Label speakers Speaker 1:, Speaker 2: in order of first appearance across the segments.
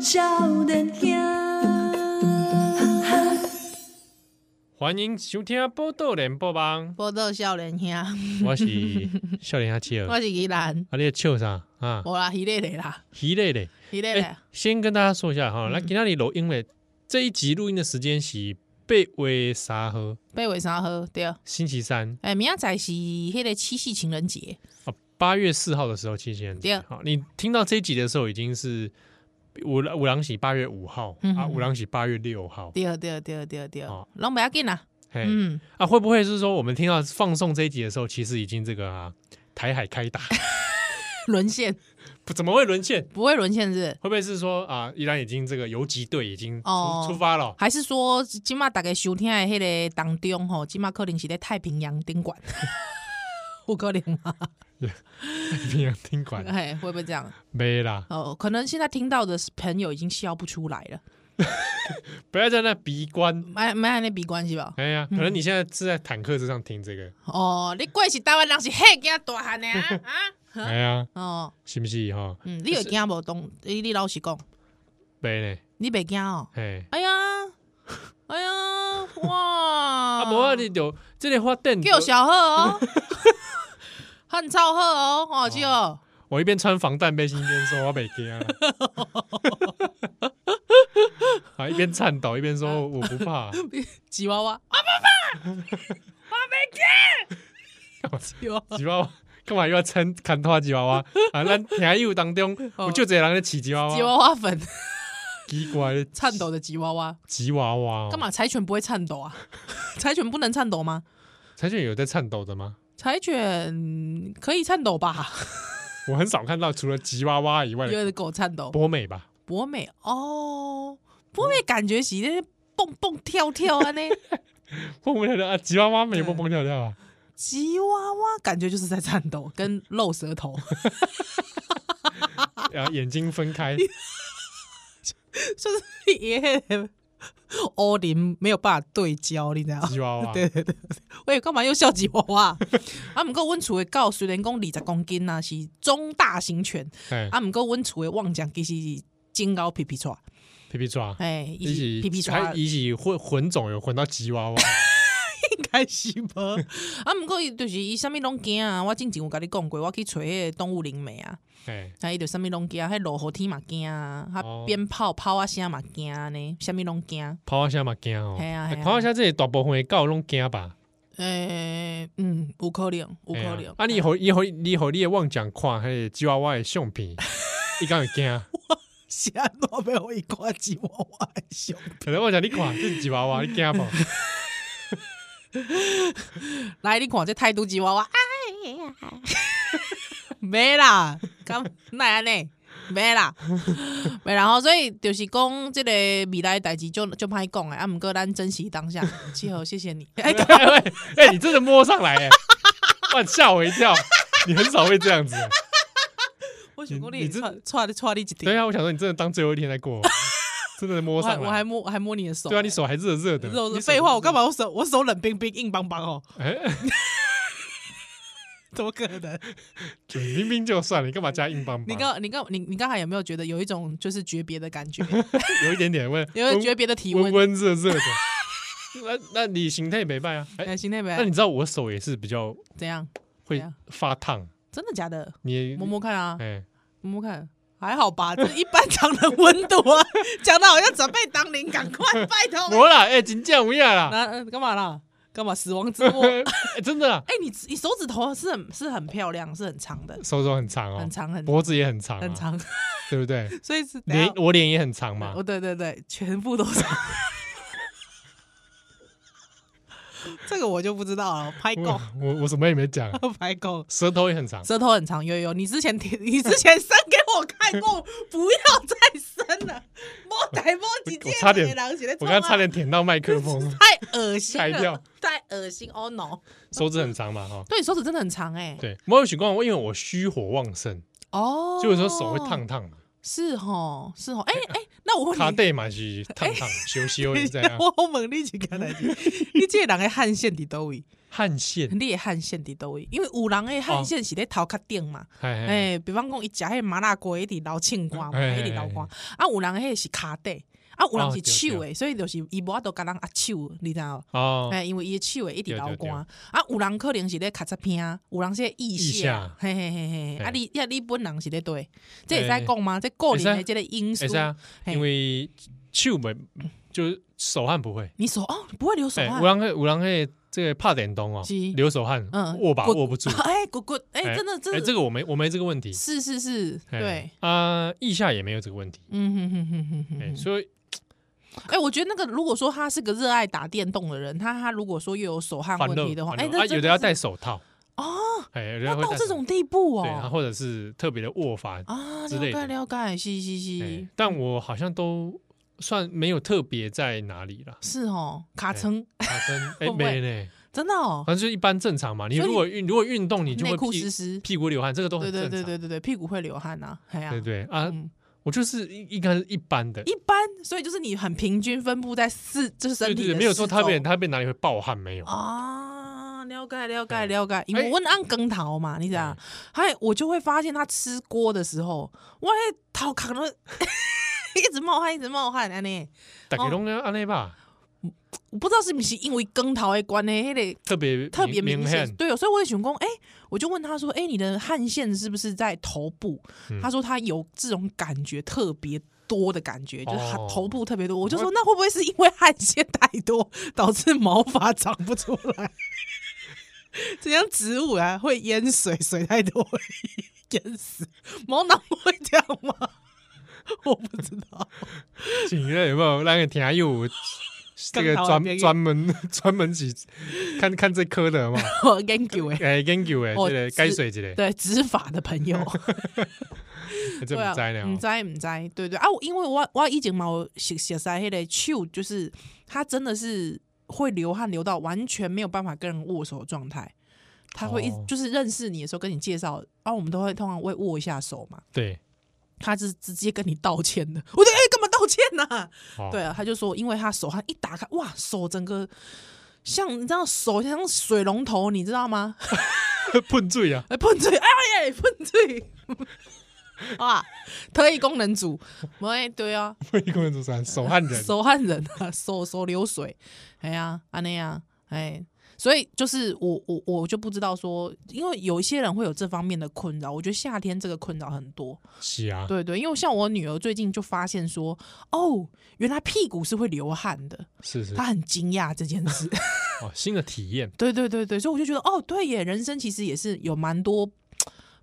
Speaker 1: 少年兄，哈哈。
Speaker 2: 欢迎收听《波豆联播 网
Speaker 3: 报道少年兄，》，
Speaker 2: 我是少年阿七儿。
Speaker 3: 我是宜兰，
Speaker 2: 啊，你在笑啥啊？
Speaker 3: 无啦，迄个咧啦，
Speaker 2: 疲累嘞！
Speaker 3: 迄个
Speaker 2: 哎
Speaker 3: 咧，
Speaker 2: 先跟大家说一下
Speaker 3: 嗯
Speaker 2: 哈，来，今天你录音嘞。这一集录音的时间是八月三号，
Speaker 3: 八月三号对。
Speaker 2: 星期三
Speaker 3: 哎，明仔载是迄个七夕情人节，
Speaker 2: 啊，八月四号的时候期间。
Speaker 3: 对
Speaker 2: 好，你听到这一集的时候已经是五郎五郎喜八月五号
Speaker 3: 嗯
Speaker 2: 啊，
Speaker 3: 嗯
Speaker 2: 五郎喜八月六号。
Speaker 3: 对对对对对
Speaker 2: 哦，
Speaker 3: 拢袂要紧啦。
Speaker 2: 嘿，
Speaker 3: 嗯，
Speaker 2: 啊，会不会是说我们听到放送这一集的时候，其实已经这个啊台海开打，
Speaker 3: 沦陷
Speaker 2: 不怎么会沦陷？
Speaker 3: 不会沦陷是不是？
Speaker 2: 会不会是说啊，依然已经这个游击队已经出、
Speaker 3: 哦
Speaker 2: 出发了？
Speaker 3: 还是说即马大家收听的迄个当中吼，即马可能是咧太平洋顶管， 有可能吗？
Speaker 2: 平洋宾馆
Speaker 3: 哎，会不会这样？
Speaker 2: 啊没啦，
Speaker 3: 哦，可能现在听到的朋友已经笑不出来了，
Speaker 2: 不要在那闭关。
Speaker 3: 买买那比关系吧。
Speaker 2: 哎呀，可能你现在是在坦克车上听这个，
Speaker 3: 哦，你过是台湾人是吓惊大汉的啊啊！
Speaker 2: 哎呀，
Speaker 3: 哦，
Speaker 2: 是不是哈？
Speaker 3: 嗯，你会惊无懂？你你老实讲，
Speaker 2: 没呢，
Speaker 3: 你袂惊哦？
Speaker 2: 哎，
Speaker 3: 哎呀，哎呀，哇！
Speaker 2: 啊，无啊，你就这个发电，
Speaker 3: 叫小贺 哦，汉超贺哦，哦，就
Speaker 2: 我一边穿防弹背心一边说我北京啊，啊，一边颤抖一边说我不怕， 啊
Speaker 3: 吉娃娃， 吉娃娃
Speaker 2: 吉娃娃。干嘛又要撑砍拖吉娃娃啊？ 咱听友当中，
Speaker 3: 哦
Speaker 2: 有就这人在骑吉娃
Speaker 3: 吉
Speaker 2: 娃，
Speaker 3: 娃娃粉，
Speaker 2: 奇怪的
Speaker 3: 颤抖的吉娃娃，
Speaker 2: 吉娃娃哦，
Speaker 3: 干嘛柴犬不会颤抖 啊？柴犬不能颤抖吗？
Speaker 2: 柴犬有在颤抖的吗？
Speaker 3: 柴犬可以颤抖吧？
Speaker 2: 我很少看到除了吉娃娃以外
Speaker 3: 因
Speaker 2: 的
Speaker 3: 为狗颤抖，
Speaker 2: 博美吧，
Speaker 3: 博美哦，博美感觉是咧蹦蹦跳跳啊呢，
Speaker 2: 蹦蹦跳跳啊，吉娃娃没有蹦蹦跳跳 啊，
Speaker 3: 吉娃娃感觉就是在颤抖，跟露舌头，
Speaker 2: 然后啊眼睛分 开，
Speaker 3: 就是耶，欧林哦没有办法对焦，你知道吗？
Speaker 2: 吉娃娃，
Speaker 3: 对对对，喂，干嘛又笑吉娃娃？ 啊，毋过阮厝的狗虽然讲二十公斤啊，是中大型犬，
Speaker 2: 哎，
Speaker 3: 啊，毋过阮厝的旺奖其实是金高皮皮抓，
Speaker 2: 皮皮抓，
Speaker 3: 哎，
Speaker 2: 一
Speaker 3: 伊是皮
Speaker 2: 起
Speaker 3: 皮抓
Speaker 2: 还，一起混混种有混到吉娃 娃，
Speaker 3: 应该是无。 啊，毋过伊就是伊啥物拢惊啊！我之前有甲你讲过，我去找迄个动物灵媒啊，
Speaker 2: 哎，
Speaker 3: 啊伊就啥物拢惊，迄落雨天嘛惊啊，
Speaker 2: 哦
Speaker 3: 啊鞭炮炮啊声嘛惊呢，啥物拢惊。
Speaker 2: 跑一下嘛惊哦
Speaker 3: 嘿，啊嘿啊
Speaker 2: 跑一下这里大部分的狗拢惊吧，
Speaker 3: 诶、嗯，有可能，有可
Speaker 2: 嘿啊
Speaker 3: 能。
Speaker 2: 啊，你
Speaker 3: 嘿
Speaker 2: 和你和你和你的妄想看迄个吉娃娃的相 片，伊敢会惊？
Speaker 3: 是安怎要互伊看吉娃娃的相？
Speaker 2: 可能我想你看这是吉娃娃，你惊不？
Speaker 3: 来，你看这态度吉娃 娃，哎呀，没啦，干那安尼。没啦，没啦，吼，所以就是讲，这个未来代志就就歹讲诶，啊，毋过咱珍惜当下，七号，谢 谢你。哎，
Speaker 2: 哎喂， 哎、你真的摸上来哎、哇，吓我一跳！你很少会这 样子。
Speaker 3: 我想讲
Speaker 2: 你
Speaker 3: 你
Speaker 2: 你这
Speaker 3: 串串你串你一点，
Speaker 2: 对啊，我想说你真的当最后一天在过，真的摸
Speaker 3: 我还
Speaker 2: 上
Speaker 3: 我
Speaker 2: 来
Speaker 3: 还。摸我还摸你的手，
Speaker 2: 对啊，你手还热热的。
Speaker 3: 肉
Speaker 2: 你手
Speaker 3: 废话，我干嘛？我手我手冷冰冰、硬邦邦哦，
Speaker 2: 哎，
Speaker 3: 怎么可能？
Speaker 2: 明明就算了，你干嘛加硬邦邦？
Speaker 3: 你刚你刚你你刚才有没有觉得有一种就是诀别的感 觉，
Speaker 2: 有一点点问，
Speaker 3: 有一种诀别的体
Speaker 2: 温
Speaker 3: 温
Speaker 2: 温？温热热的。 那那你形态没败啊？哎、
Speaker 3: 哎，心内
Speaker 2: 那
Speaker 3: 呗
Speaker 2: 你，知道我手也是比较
Speaker 3: 怎样？
Speaker 2: 会
Speaker 3: 怎样
Speaker 2: 发烫，
Speaker 3: 真的假的？
Speaker 2: 你
Speaker 3: 摸摸看啊，
Speaker 2: 哎，
Speaker 3: 摸摸看，还好吧，这一般常人温度啊，讲的好像准备当零，赶 快，拜托。
Speaker 2: 摸啦，哎、真这样不要啦，
Speaker 3: 那呃干嘛啦？干嘛？死亡之握？哎，
Speaker 2: 哎真的啦，
Speaker 3: 你你手指头是很是很漂亮，是很长的，
Speaker 2: 手手很长哦，
Speaker 3: 很长很
Speaker 2: 脖子也很长、啊
Speaker 3: 很，长，啊
Speaker 2: 对不对？
Speaker 3: 所以是等一
Speaker 2: 脸
Speaker 3: 下
Speaker 2: 我脸也很长嘛，
Speaker 3: 哦，对对对，全部都 是。这个我就不知道了，拍够
Speaker 2: 我我我什么也没讲，啊
Speaker 3: 拍够，
Speaker 2: 舌头也很长。
Speaker 3: 舌头很长，悠悠，你之前提你之前伸给我看 过，不要再伸了，莫逮莫几
Speaker 2: 我差点我刚刚差
Speaker 3: 点，
Speaker 2: 点舔到麦克风
Speaker 3: 啊太恶心
Speaker 2: 吓一跳
Speaker 3: 了，太恶心哦 no！
Speaker 2: 手指很长嘛，哈。
Speaker 3: 对，手指真的很长哎、
Speaker 2: 对，某种情况，因为我虚火旺盛，
Speaker 3: 哦，
Speaker 2: 所以有时候手会烫烫嘛。
Speaker 3: 是吼，是吼，哎、哎、那我问
Speaker 2: 卡
Speaker 3: 你，
Speaker 2: 底嘛是
Speaker 3: 哎
Speaker 2: 烫烫修修的这样。
Speaker 3: 我我问你一件代志， 你这个人的汗腺伫倒位？
Speaker 2: 汗腺，
Speaker 3: 你的汗腺伫倒位？因为有人的
Speaker 2: 哦
Speaker 3: 汗腺是咧头壳顶嘛，
Speaker 2: 哎哎，
Speaker 3: 哎、比方讲伊食迄麻辣锅，一直流清汗嘛，
Speaker 2: 哎
Speaker 3: 一直流汗。啊，有人迄是骹底，啊，有人
Speaker 2: 哦
Speaker 3: 是手
Speaker 2: 对
Speaker 3: 诶，所以就是伊无法度甲人压手，你知道？
Speaker 2: 哦，
Speaker 3: 哎，因为伊的手会一直流
Speaker 2: 对对对
Speaker 3: 汗啊，有人可能是咧卡擦片啊，有人是咧腋
Speaker 2: 腋
Speaker 3: 下
Speaker 2: 下，
Speaker 3: 嘿嘿嘿嘿，啊
Speaker 2: 嘿
Speaker 3: 你呀你本人是咧对，这会
Speaker 2: 哎
Speaker 3: 使讲吗？这个人的这个因素
Speaker 2: 也是，啊，
Speaker 3: 嘿
Speaker 2: 因为手没就是手汗不会，
Speaker 3: 你手哦不会流手
Speaker 2: 哎，
Speaker 3: 汗
Speaker 2: 有，人会有人会这个怕点动哦
Speaker 3: 是，
Speaker 2: 流手汗，
Speaker 3: 嗯
Speaker 2: 握把
Speaker 3: 滚
Speaker 2: 握不住，
Speaker 3: 哎滚滚，哎真的真
Speaker 2: 哎，
Speaker 3: 的
Speaker 2: 这个我没我没这个问题，
Speaker 3: 是是是，
Speaker 2: 哎
Speaker 3: 对，
Speaker 2: 啊，腋下也没有这个问题，
Speaker 3: 嗯哼哼哼哼
Speaker 2: 哎，
Speaker 3: 哼哼。
Speaker 2: 所以
Speaker 3: 哎，我觉得那个如果说他是个热爱打电动的人，他他如果说又有手汗
Speaker 2: 反
Speaker 3: 问
Speaker 2: 热
Speaker 3: 题的话，
Speaker 2: 反
Speaker 3: 哎，
Speaker 2: 热
Speaker 3: 那
Speaker 2: 啊，
Speaker 3: 真
Speaker 2: 有的要
Speaker 3: 是
Speaker 2: 戴手套，
Speaker 3: 哦，
Speaker 2: 哎，有的
Speaker 3: 要
Speaker 2: 会
Speaker 3: 到
Speaker 2: 戴
Speaker 3: 这
Speaker 2: 手
Speaker 3: 种地步
Speaker 2: 对，然后
Speaker 3: 哦，
Speaker 2: 或者是特别的握法，
Speaker 3: 啊，
Speaker 2: 之
Speaker 3: 了
Speaker 2: 类
Speaker 3: 解
Speaker 2: 的
Speaker 3: 了解，是是
Speaker 2: 哎
Speaker 3: 是，
Speaker 2: 但我好像都算没有特别在哪里啦，
Speaker 3: 是哦，卡
Speaker 2: 哎
Speaker 3: 层
Speaker 2: 打 针
Speaker 3: 会
Speaker 2: 哎
Speaker 3: 不会
Speaker 2: 没呢，
Speaker 3: 真的哦，
Speaker 2: 反正就一般正常嘛。你
Speaker 3: 所以
Speaker 2: 如果运如果运动，你就
Speaker 3: 内
Speaker 2: 会
Speaker 3: 裤
Speaker 2: 屁
Speaker 3: 湿湿，
Speaker 2: 屁股流汗，这个都
Speaker 3: 对
Speaker 2: 很
Speaker 3: 对
Speaker 2: 正
Speaker 3: 对
Speaker 2: 常，
Speaker 3: 对对对，屁股会流汗呐，哎呀
Speaker 2: 对，对啊，
Speaker 3: 嗯，
Speaker 2: 我就是应应该是一般的，
Speaker 3: 一般，所以就是你很平均分布在四，就
Speaker 2: 对
Speaker 3: 是身
Speaker 2: 对
Speaker 3: 体
Speaker 2: 对，
Speaker 3: 的哦
Speaker 2: 没有说
Speaker 3: 四
Speaker 2: 特别
Speaker 3: 周
Speaker 2: 特别哪里会暴汗没有，
Speaker 3: 啊，了解了解
Speaker 2: 哎
Speaker 3: 了解，因为
Speaker 2: 哎
Speaker 3: 我按羹头嘛，你知道，还我就会发现他吃锅的时候，我那头扛了。 一直冒汗，一直冒汗，安尼，
Speaker 2: 大家拢安内吧，
Speaker 3: 我不知道是不是因为羹头的关系，迄、个
Speaker 2: 特别
Speaker 3: 特别明显。
Speaker 2: 显，
Speaker 3: 对哦，所以我也想讲，哎、我就问他说，哎、你的汗腺是不是在头部？
Speaker 2: 嗯
Speaker 3: 他说他有这种感觉特别。多的感觉就是他
Speaker 2: 哦
Speaker 3: 头部特别多，我就
Speaker 2: 我
Speaker 3: 说那会不会是因为汗腺太多导致毛发长不出来？ 这样植物啊会淹水，水太多会淹死。毛囊会这样吗？ 我不知道。
Speaker 2: 请问有没有那个听友有这个
Speaker 3: 更头的朋
Speaker 2: 专
Speaker 3: 友
Speaker 2: 专门 专门去看看这科 的嘛？
Speaker 3: 我研究哎，
Speaker 2: 哎，研究哎，
Speaker 3: 哦
Speaker 2: 这个
Speaker 3: 是
Speaker 2: 该水这个，
Speaker 3: 对执法的朋友。
Speaker 2: 这
Speaker 3: 对啊
Speaker 2: 不在了
Speaker 3: 唔。知唔知，对对啊，我因为我我以前嘛有写写晒迄个手，就是他真的是会流汗流到完全没有办法跟人握手的状态，他会一、
Speaker 2: 哦
Speaker 3: 就是认识你的时候跟你介绍，啊，我们都会通常会握一下手嘛，
Speaker 2: 对，
Speaker 3: 他是直接跟你道歉的，我就哎干、嘛道歉呐、
Speaker 2: 哦
Speaker 3: 对啊，他 就说因为他手汗一打开，哇，手整个。像你知道手像水龙头，你知道吗？
Speaker 2: 喷醉啊！
Speaker 3: 哎，喷嘴，哎呀，喷嘴， 啊，特异功能组，喂，对啊，
Speaker 2: 不一共人三手汗人，
Speaker 3: 手汗人啊，手手流水，哎呀，安那样，哎，所以就是我我我就不知道说，因为有一些人会有这方面的困扰，我觉得夏天这个困扰很多，
Speaker 2: 是啊，
Speaker 3: 对对，因为像我女儿最近就发现说，哦，原来屁股是会流汗的，
Speaker 2: 是是
Speaker 3: 她很惊讶这件事，
Speaker 2: 哦，新的体验，
Speaker 3: 对对对对，所以我就觉得，哦，对耶，人生其实也是有蛮多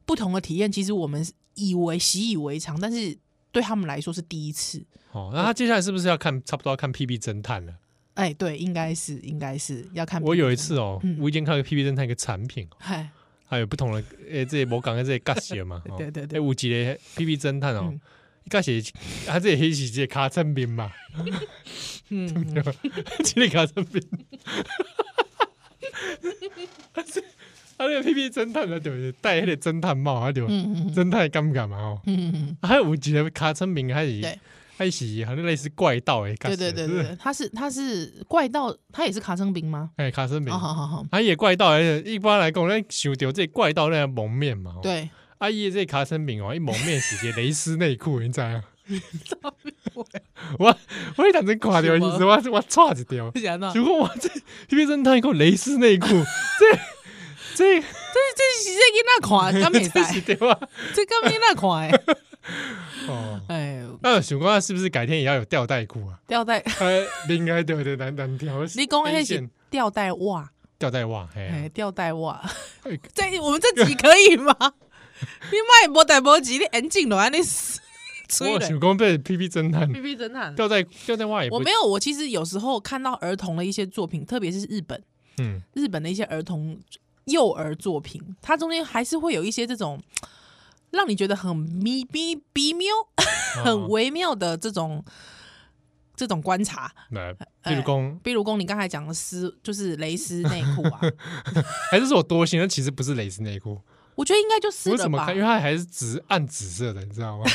Speaker 3: 不同的体验，其实我们以为习以为常，但是对他们来说是第一次。
Speaker 2: 哦，那他接下来是不是要看差不多要看 PB 侦探了？
Speaker 3: 哎，对，应该是，应该是要看。
Speaker 2: 我有一，次哦
Speaker 3: 嗯，
Speaker 2: 无意间看到 PB 侦探一个产品哦，
Speaker 3: 嗨，，
Speaker 2: 还有不同的诶，这些我讲的这些角色嘛
Speaker 3: 对对对
Speaker 2: 诶，有一个 PB 侦探哦
Speaker 3: 嗯，
Speaker 2: 角色他这也是一个卡产品嘛，
Speaker 3: 嗯，
Speaker 2: 这个卡产品，他这个 PB 侦探啊呢，就是戴那个侦探帽，他就
Speaker 3: 嗯
Speaker 2: 侦探的感觉嘛哦，
Speaker 3: 嗯，
Speaker 2: 还有一个卡产品还是
Speaker 3: 对
Speaker 2: 还是好像类似怪盗诶，
Speaker 3: 对对对
Speaker 2: 是不
Speaker 3: 对
Speaker 2: 是
Speaker 3: 对，他是他是怪盗，他也是卡生兵吗？
Speaker 2: 哎，卡森美
Speaker 3: 哦，，好好好，
Speaker 2: 啊，伊怪盗，哎一般来讲，咱想到这怪盗那个蒙面嘛，吼，
Speaker 3: 对，
Speaker 2: 啊，伊的这卡森饼哦，伊蒙面是一个蕾丝内裤，你知 影？我 我一当真看到的时候，我我差一条，
Speaker 3: 不想到，这
Speaker 2: 如果我这这边侦探一个蕾丝内 裤，这这
Speaker 3: 这是在 囡仔看，敢
Speaker 2: 这
Speaker 3: 袂
Speaker 2: 是
Speaker 3: 使，
Speaker 2: 对吧？
Speaker 3: 这敢囡仔看
Speaker 2: 哦，
Speaker 3: 哎哎，哎，
Speaker 2: 那我想讲是不是改天也要有吊带裤啊？
Speaker 3: 吊带，
Speaker 2: 呃，应该对对难难啊条，
Speaker 3: 你讲的那
Speaker 2: 黑
Speaker 3: 是
Speaker 2: 线
Speaker 3: 吊带袜，
Speaker 2: 吊带袜，
Speaker 3: 哎，
Speaker 2: 哎，
Speaker 3: 吊带袜
Speaker 2: 哎，
Speaker 3: 这我们这集可以吗？你卖无带无钱，你眼镜都安尼吹
Speaker 2: 我
Speaker 3: 了
Speaker 2: 想讲被 P P 侦探
Speaker 3: ，B B 侦探。
Speaker 2: 吊带吊带袜也
Speaker 3: 我
Speaker 2: 不
Speaker 3: 没，有，我其实有时候看到儿童的一些作品，特别是日本，
Speaker 2: 嗯，
Speaker 3: 日本的一些儿童幼儿作品，它中间还是会有一些这种让你觉得很咪咪比妙、很
Speaker 2: 哦
Speaker 3: 微妙的这种这种观察。
Speaker 2: 来，
Speaker 3: 哎
Speaker 2: 比如讲。
Speaker 3: 比如讲你刚才讲的丝，就是蕾丝内裤啊，
Speaker 2: 还是说我多心？那其实不是蕾丝内裤，
Speaker 3: 我觉得应该就是
Speaker 2: 为
Speaker 3: 了
Speaker 2: 什么
Speaker 3: 吧
Speaker 2: 看？因。为它还是紫暗紫色的，你知道吗？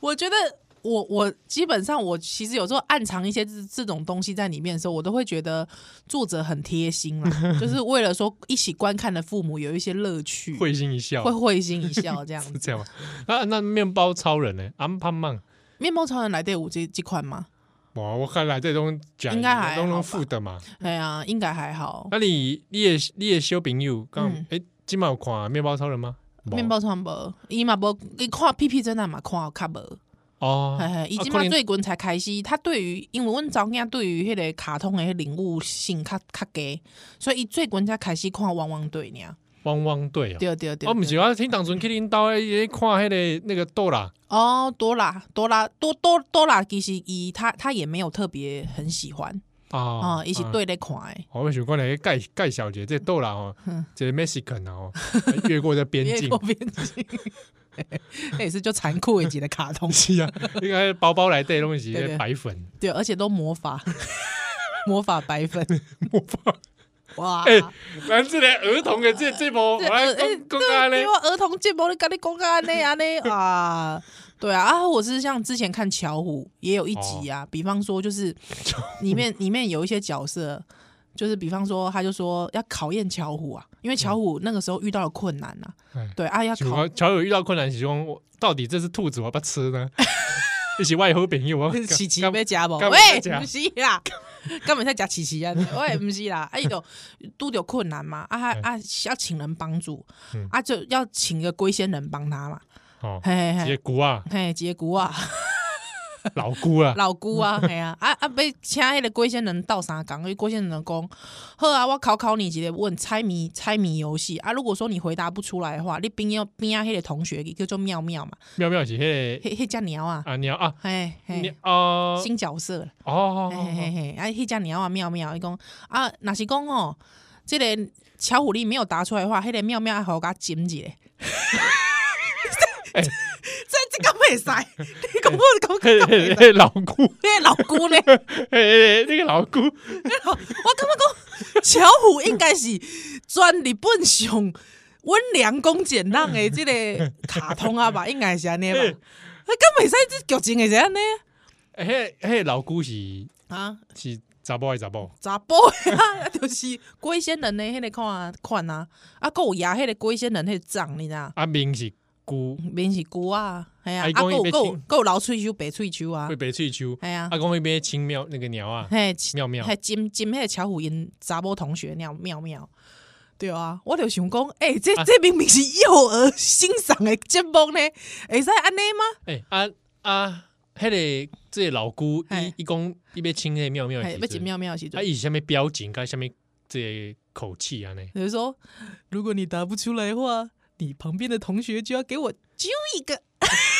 Speaker 3: 我觉得我我基本上我其实有时候暗藏一些这这种东西在里面的时候，我都会觉得作者很贴心 啦，就是为了说一起观看的父母有一些乐趣，
Speaker 2: 会心一笑
Speaker 3: 会，会心一笑这 样
Speaker 2: 是
Speaker 3: 子。
Speaker 2: 这样吗？啊，那面包超人呢？安胖胖，
Speaker 3: 面包超人来队伍这这款吗？
Speaker 2: 哇，我看来这种讲
Speaker 3: 应该还
Speaker 2: 都
Speaker 3: 好吧
Speaker 2: 能负的嘛。
Speaker 3: 哎呀，应该还好。
Speaker 2: 那你你的你的小朋友刚
Speaker 3: 嗯
Speaker 2: 诶，今晚有看面包超人吗？没
Speaker 3: 面包超人无，伊嘛无，伊看屁屁侦探嘛看较无，
Speaker 2: 哦
Speaker 3: 嘿，嘿，伊即
Speaker 2: 可
Speaker 3: 嘛
Speaker 2: 能
Speaker 3: 最近才开始，他对于因为阮查某囝对于迄个卡通的迄领悟性较较低，所以伊最近才开始看汪汪队尔。
Speaker 2: 汪汪队哦。
Speaker 3: 对对对，
Speaker 2: 哦，毋是，
Speaker 3: 对
Speaker 2: 我听当初去恁兜咧看迄个那个豆啦，
Speaker 3: 哦，多啦多啦多多多啦，其实伊他他也没有特别很喜欢
Speaker 2: 啊哦
Speaker 3: 啊，伊是。对咧看诶，
Speaker 2: 我想讲咧，盖盖小姐这豆啦哦，
Speaker 3: 嗯
Speaker 2: 这 Mexican 啊哦， 越过这边 境
Speaker 3: 边，边境，那 也是就残酷一集的卡通，
Speaker 2: 是啊，应该包包来对拢是
Speaker 3: 对
Speaker 2: 那
Speaker 3: 对
Speaker 2: 白 粉，
Speaker 3: 对，而且都魔法 魔法白粉，
Speaker 2: 我怕。
Speaker 3: 哇！
Speaker 2: 哎，咱这个儿童的这这 波，我
Speaker 3: 啊这
Speaker 2: 来
Speaker 3: 儿哎
Speaker 2: 讲讲下
Speaker 3: 对
Speaker 2: 咧
Speaker 3: 因为。儿童节目你跟你讲安尼安尼 啊，对啊啊！我是像之前看《巧虎》也有一集
Speaker 2: 哦
Speaker 3: 啊，比方说就是里面里面有一些角色，就是比方说他就说要考验巧虎啊，因为巧虎那个时候遇到了困难啊，
Speaker 2: 嗯哎
Speaker 3: 对啊要
Speaker 2: 就
Speaker 3: 考
Speaker 2: 我乔有遇到困难，是讲我到底这只兔子我要不要吃 呢？一起外好朋友，我
Speaker 3: 琪琪
Speaker 2: 干
Speaker 3: 要加无？
Speaker 2: 干嘛
Speaker 3: 喂，
Speaker 2: 要吃
Speaker 3: 不是啦，根本在加琪琪啊！ 喂，不是啦，啊，伊就拄着困难嘛，啊啊啊要请人帮助
Speaker 2: 哎嗯，
Speaker 3: 啊就要请一个龟仙人帮他嘛，
Speaker 2: 哦，
Speaker 3: 嘿嘿嘿
Speaker 2: 结姑啊，
Speaker 3: 嘿，结果啊。
Speaker 2: 老姑啊，
Speaker 3: 老姑啊，嘿啊，啊啊，被请迄个龟仙人斗相共，因为龟仙人讲，好啊，我考考你一个问猜谜猜谜游戏啊，如果说你回答不出来的话，你边要边啊迄个同学叫做妙妙嘛，
Speaker 2: 妙妙是迄个
Speaker 3: 迄迄只猫啊，
Speaker 2: 啊鸟啊，
Speaker 3: 嘿
Speaker 2: 你
Speaker 3: 嘿，
Speaker 2: 哦
Speaker 3: 新角色，
Speaker 2: 哦哦
Speaker 3: 嘿嘿
Speaker 2: 哦，
Speaker 3: 嘿，啊，迄只猫啊妙妙，伊讲啊，若是讲哦，即个巧虎力没有答出来的话，迄个妙妙还互我金一下。这这个袂使，你讲我讲
Speaker 2: 哦嘿
Speaker 3: 讲，
Speaker 2: 嘿嘿，老姑，
Speaker 3: 你老姑呢？
Speaker 2: 嘿嘿，嘿那个老 姑，
Speaker 3: 我感觉讲，巧虎应该是全日本上温良恭俭让的 这个卡通啊吧，应该是安尼吧。那敢袂使这剧情会是安尼
Speaker 2: 嘿嘿，老姑是
Speaker 3: 啊？
Speaker 2: 是查某还是查某？
Speaker 3: 查甫的啊， 就是龟仙人的迄个款款啊，啊，还有牙迄个龟仙人迄个长，你知道？
Speaker 2: 啊，明是姑，
Speaker 3: 面是菇啊，哎呀，
Speaker 2: 啊
Speaker 3: 啊，
Speaker 2: 伊
Speaker 3: 还
Speaker 2: 讲伊
Speaker 3: 有
Speaker 2: 要
Speaker 3: 还有
Speaker 2: 亲
Speaker 3: 还有老喙须白喙须啊
Speaker 2: 会，白喙秋，
Speaker 3: 哎呀
Speaker 2: 啊，，讲会变青妙那个鸟啊，
Speaker 3: 嘿，
Speaker 2: 妙妙
Speaker 3: 还金金迄个巧虎因查某同学那样妙妙。对啊，我就想讲，诶、这、
Speaker 2: 啊
Speaker 3: 这明明是幼儿欣赏的节目呢，会使安尼吗？
Speaker 2: 哎啊啊，迄个这个老姑
Speaker 3: 嘿
Speaker 2: 伊伊讲伊要亲迄个妙妙的
Speaker 3: 哎，
Speaker 2: 时
Speaker 3: 要
Speaker 2: 阵，
Speaker 3: 金妙妙的时
Speaker 2: 啊，
Speaker 3: 阵，
Speaker 2: 伊是啥物表情，甲啥物这个口气啊呢？
Speaker 3: 比如说，如果你答不出来的话，你旁边的同学就要给我揪一个，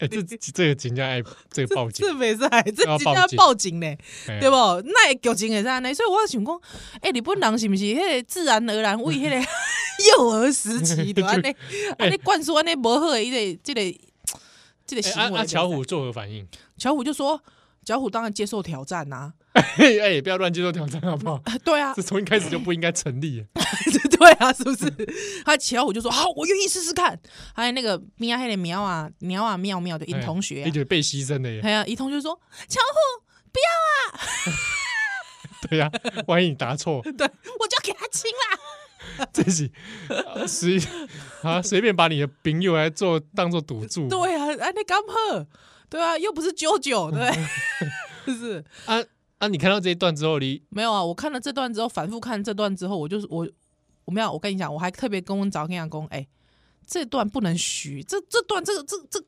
Speaker 2: 哎，这这个真正爱这个报警
Speaker 3: 这，袂使，这
Speaker 2: 要
Speaker 3: 真
Speaker 2: 报
Speaker 3: 正要
Speaker 2: 警
Speaker 3: 报警呢，
Speaker 2: 哎呀
Speaker 3: 对不？那的剧情会使安尼，所以我想讲，诶、日本人是不是迄个自然而然为迄个 幼儿时 期就安尼安尼灌输安尼无好的迄个即个即个
Speaker 2: 哎
Speaker 3: 行
Speaker 2: 啊啊，
Speaker 3: 为不可以？
Speaker 2: 巧虎作何反应？
Speaker 3: 巧虎就说：“巧虎当然接受挑战呐、
Speaker 2: 嘿哎，不要乱接受挑战，好 不好？
Speaker 3: 啊， 对啊
Speaker 2: 这，从一开始就不应该成 立。
Speaker 3: 对啊，是不是？” 他巧虎就说：“好，我愿意试试看。”还有那个喵黑的喵啊喵啊喵喵的尹同学、
Speaker 2: 你
Speaker 3: 啊，
Speaker 2: 觉得哎被牺牲了耶？
Speaker 3: 还有尹同学说：“巧虎，
Speaker 2: 对呀，万一你答错，
Speaker 3: 对我就要给他亲啦。
Speaker 2: 自己啊随 啊随便把你的朋友来做当做赌注。”
Speaker 3: 对啊，哎，那刚好，对啊，又不是啾 啾，对不对，是不是？
Speaker 2: 啊啊，你看到这一段之后，你
Speaker 3: 没有啊，我看了这段之后，反复看这段之后，我就是我我没有，我跟你讲，我还特别跟我找跟你讲讲，哎、这段不能许，这这段这个这这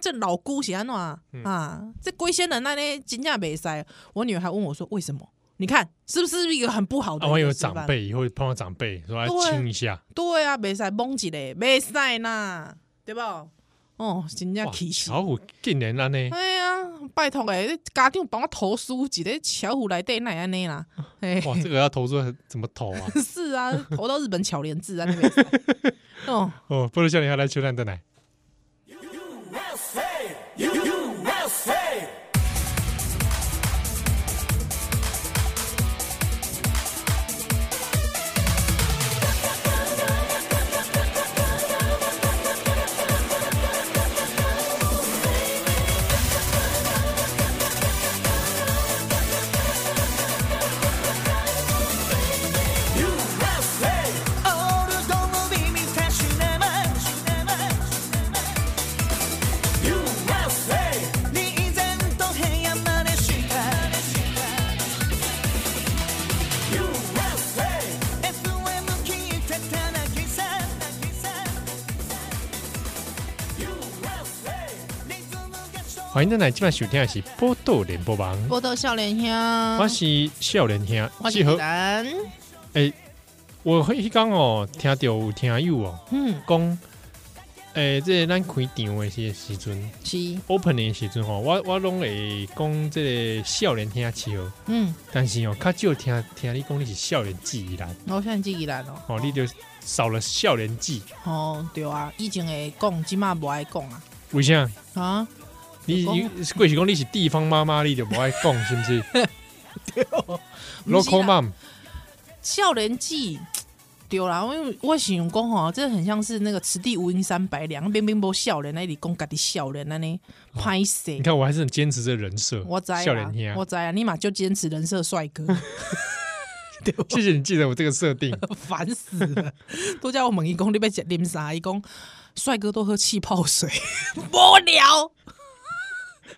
Speaker 3: 这老姑是安怎啊？
Speaker 2: 嗯
Speaker 3: 啊，这龟仙人那呢，真正没塞。我女儿还问我说，为什么？你看是不是一个很不好的
Speaker 2: 啊，
Speaker 3: 一个
Speaker 2: 万一有
Speaker 3: 示范？
Speaker 2: 长辈以后碰到长辈说来哎
Speaker 3: 对
Speaker 2: 亲一下，
Speaker 3: 对啊，没塞蒙一个，没塞呐，对不？哦，真正
Speaker 2: 哇
Speaker 3: 气死！
Speaker 2: 巧虎竟然啊安 呢？
Speaker 3: 哎呀，拜托诶、你家长帮我投诉一个巧虎来底哪安 尼啦？哎
Speaker 2: 哇，这个要投诉怎么投啊？
Speaker 3: 是啊，投到日本巧莲智啊那边。哦，
Speaker 2: 哦，不如笑脸还来求蛋蛋奶。
Speaker 4: USA! USA!
Speaker 2: 欢迎咱来今晚收听的是《波多联播网》，
Speaker 3: 波豆少年兄，
Speaker 2: 我是少年兄，
Speaker 3: 我
Speaker 2: 是
Speaker 3: 是
Speaker 2: 和
Speaker 3: 咱，
Speaker 2: 我迄讲哦，听到有听友哦
Speaker 3: 嗯，
Speaker 2: 讲，诶、即、个咱开场的时时阵
Speaker 3: 是，
Speaker 2: ，open 的时阵吼，我我拢会讲即个少年兄笑，
Speaker 3: 嗯，
Speaker 2: 但是哦，较少听听你讲你是少年记忆啦，
Speaker 3: 我现在记起来咯，
Speaker 2: 哦，你就少了少年记，
Speaker 3: 哦，对啊，以前会讲，即嘛无爱讲啊，
Speaker 2: 为啥？
Speaker 3: 啊，
Speaker 2: 你
Speaker 3: 就讲
Speaker 2: 你过是讲你是地方妈妈，你就无爱讲，是不是
Speaker 3: 哦不是啊
Speaker 2: ？Local
Speaker 3: 啦
Speaker 2: mom，
Speaker 3: 少年记。对啦，因为我想讲吼，这很像是那个此地无银三百两，边边无少年，那里讲家己少年安尼
Speaker 2: 哦
Speaker 3: 拍摄
Speaker 2: 你。看我还是很坚持这人设，
Speaker 3: 我知啦
Speaker 2: 少年
Speaker 3: 我
Speaker 2: 兄，
Speaker 3: 知啊，你嘛就坚持人设帅哥，
Speaker 2: 谢谢你记得我这个设定，
Speaker 3: 烦死了。都叫我问伊讲你要食啉啥，伊讲帅哥都喝气泡水， 无聊。 啊，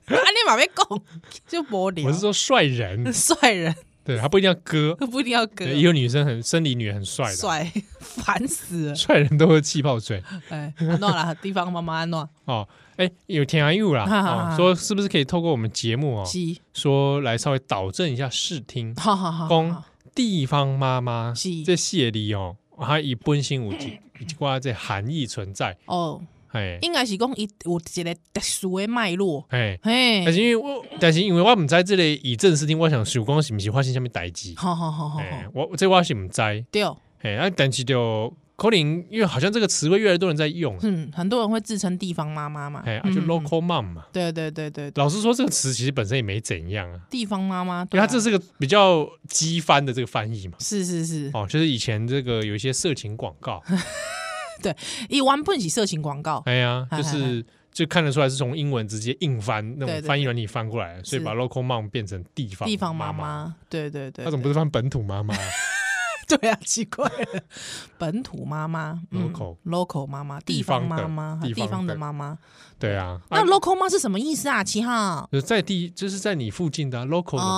Speaker 3: 你嘛要讲就无聊。
Speaker 2: 我是说帅人，
Speaker 3: 帅人
Speaker 2: 对他不一定要 哥，
Speaker 3: 不一定要哥
Speaker 2: 对也有女生很生理女很帅的，哦
Speaker 3: 帅，烦死了。
Speaker 2: 帅人都喝气泡水
Speaker 3: 哎，安诺啦，地方妈妈安诺
Speaker 2: 哦。哎，有田阿佑啦，
Speaker 3: 哈哈
Speaker 2: 哦
Speaker 3: 哈
Speaker 2: 说是不是可以透过我们节目哦，
Speaker 3: 是，
Speaker 2: 说来稍微导正一下视听，
Speaker 3: 好好好，
Speaker 2: 讲地方妈妈
Speaker 3: 是
Speaker 2: 这系列哦，它以本身有 一有一挂这含义存在，
Speaker 3: 哦，
Speaker 2: 哎
Speaker 3: 应该是讲伊有一个特殊的脉络，
Speaker 2: 哎。
Speaker 3: 嘿
Speaker 2: 但，是因为我，但是因为我唔知这个以正视听，我想想讲是不是发生什么代志？
Speaker 3: 好好好好
Speaker 2: 哎
Speaker 3: 好，，
Speaker 2: 我这我是唔知，哎
Speaker 3: 对，，
Speaker 2: 啊，但是就可能因为好像这个词汇越来越多人在用，啊
Speaker 3: 嗯，很多人会自称地方妈妈嘛，
Speaker 2: 哎，啊就
Speaker 3: 嗯
Speaker 2: local mom 嘛。
Speaker 3: 对对对对，对
Speaker 2: 老实说，这个词其实本身也没怎样啊，
Speaker 3: 地方妈妈，
Speaker 2: 因为
Speaker 3: 对啊啊
Speaker 2: 它这是个比较机翻的这个翻译嘛。
Speaker 3: 是是是，
Speaker 2: 哦，就是以前这个有一些色情广告，
Speaker 3: 伊原本是色情广告，
Speaker 2: 哎呀，
Speaker 3: 嗨
Speaker 2: 就
Speaker 3: 嗨
Speaker 2: 是就看得出来是从英文直接硬翻那种
Speaker 3: 对对对
Speaker 2: 翻译软体翻过来的，所以
Speaker 3: 是
Speaker 2: 把 local mom 变成地方
Speaker 3: 地方
Speaker 2: 哎妈
Speaker 3: 妈，妈，对对对，
Speaker 2: 那怎么不是翻本土妈妈
Speaker 3: 对对啊？奇怪了，本土妈妈嗯
Speaker 2: Local
Speaker 3: local 妈妈，
Speaker 2: 地
Speaker 3: 地
Speaker 2: 方
Speaker 3: 方妈
Speaker 2: 的
Speaker 3: 妈，
Speaker 2: 地
Speaker 3: 地
Speaker 2: 方
Speaker 3: 方的
Speaker 2: 的
Speaker 3: 妈妈，
Speaker 2: 对 啊，
Speaker 3: 那
Speaker 2: 啊
Speaker 3: local 妈是什么意思啊？七号
Speaker 2: 就是在地，就是在你附近的啊 local 的嘛，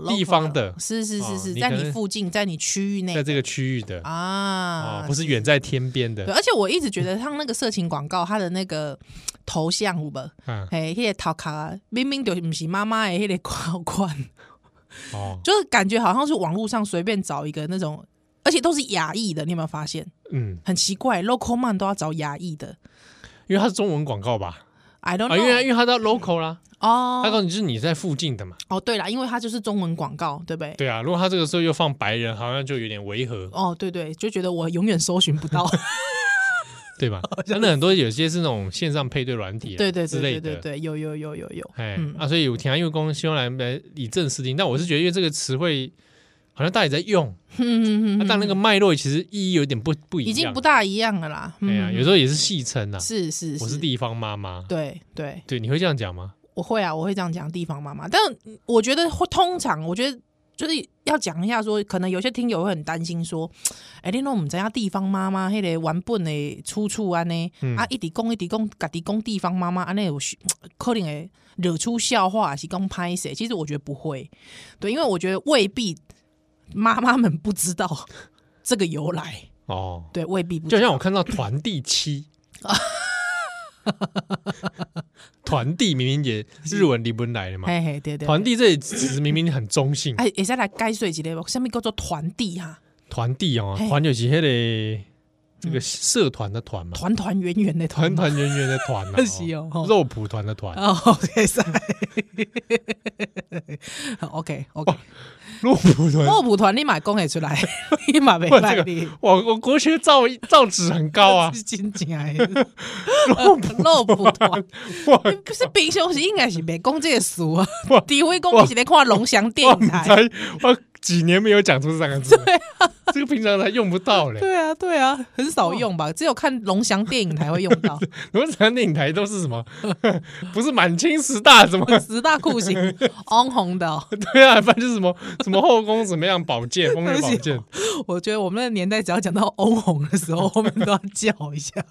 Speaker 3: 哦，
Speaker 2: 地
Speaker 3: local
Speaker 2: 方的
Speaker 3: 是是
Speaker 2: 哦
Speaker 3: 是是，
Speaker 2: 你
Speaker 3: 在
Speaker 2: 可
Speaker 3: 你
Speaker 2: 能
Speaker 3: 附近，在你区域内
Speaker 2: 在这个区域的
Speaker 3: 啊
Speaker 2: 哦，，不是远在天边
Speaker 3: 对，
Speaker 2: 的，
Speaker 3: 而且我一直觉得他那个色情广告，他的那个头像有无？
Speaker 2: 嗯，
Speaker 3: 嘿，迄个头壳明明就是不是妈妈的迄个款款，
Speaker 2: 哦，
Speaker 3: 就是感觉好像是网络上随便找一个那种，而且都是亚裔的，你有没有发现？
Speaker 2: 嗯，
Speaker 3: 很奇怪，local man 都要找亚裔的
Speaker 2: 因为它是中文广告吧？
Speaker 3: ，I don't
Speaker 2: 啊，因为因
Speaker 3: know。
Speaker 2: 为它到 local 啦，它告
Speaker 3: 哦
Speaker 2: 诉你就是你在附近的嘛。
Speaker 3: 哦，对了，因为他就是中文广告，对不对？
Speaker 2: 对啊，如果他这个时候又放白人，好像就有点违和，
Speaker 3: 哦，对对，就觉得我永远搜寻不 到，
Speaker 2: 对 吧？真的很多有些是那种线上配对软体啊，
Speaker 3: 对对
Speaker 2: 之
Speaker 3: 对
Speaker 2: 类
Speaker 3: 对
Speaker 2: 的
Speaker 3: 对。对，有有有有有，
Speaker 2: 哎、
Speaker 3: 嗯
Speaker 2: 啊，所以有田佑公希望来来以正视听，但我是觉得，因为这个词汇好像大家也在用，啊
Speaker 3: 嗯
Speaker 2: 那、但那个脉络其实意义有点不不一样，
Speaker 3: 已经不大一样了啦。
Speaker 2: 哎呀、
Speaker 3: 嗯
Speaker 2: 有时候也是戏称啊，
Speaker 3: 是是
Speaker 2: 我是地方妈妈，
Speaker 3: 对对，
Speaker 2: 对，你会这样讲吗？
Speaker 3: 我会啊，我会这样讲地方妈妈，但我觉得会通常，我觉得就是要讲一下说，可能有些听友会很担心说，哎、你拢唔知影地方妈妈迄个原本的出处安尼，
Speaker 2: 嗯
Speaker 3: 啊一直讲一直讲，家己讲地方妈妈安尼有时可能会惹出笑话，还是讲拍谁？其实我觉得不会，对，因为我觉得未必妈妈们不知道这个由来，
Speaker 2: 哦，
Speaker 3: 对，未必不知
Speaker 2: 就
Speaker 3: 道
Speaker 2: 像我看到团地七。团地明明也日文离不来的嘛，
Speaker 3: 嘿嘿，对对
Speaker 2: 团
Speaker 3: 对。
Speaker 2: 地这词明明很中性，
Speaker 3: 哎，也再来解释一下，什么叫做团地哈、
Speaker 2: 团地哦，
Speaker 3: 嘿
Speaker 2: 团就是那个这个社团的团嘛，
Speaker 3: 团团圆圆的团，
Speaker 2: 团团圆圆的团啊
Speaker 3: 嗯 是哦吼
Speaker 2: 肉蒲团的团，
Speaker 3: 哦，OK，塞，OK
Speaker 2: 哦
Speaker 3: OK，
Speaker 2: 嗯肉蒲团，
Speaker 3: 莫普团你买讲 会出来，你买袂
Speaker 2: 哇
Speaker 3: 来
Speaker 2: 这
Speaker 3: 你
Speaker 2: 个，我我国学造造纸很高啊，
Speaker 3: 是啊真正的
Speaker 2: 肉蒲
Speaker 3: 莫普 团，
Speaker 2: 哇
Speaker 3: 你不是平常时应该是袂讲这个词啊
Speaker 2: 哇，
Speaker 3: 除非讲你是咧看龙翔电
Speaker 2: 我
Speaker 3: 影
Speaker 2: 才
Speaker 3: 台，啊
Speaker 2: 我几年没有讲出这三个字，这个平常才用不到嘞。
Speaker 3: 对啊对啊，很少用吧，只有看龙翔电影台会用到，
Speaker 2: 我常电影台都是什么？ 不是满清十大什么？
Speaker 3: 十大 酷刑，昂红的哦，
Speaker 2: 对啊，反正就是什么什么后宫怎么样宝 剑、风月宝
Speaker 3: 对
Speaker 2: 剑
Speaker 3: 不。哦我觉得我们那个年代只要讲到翁红的时候，后面都要叫一下，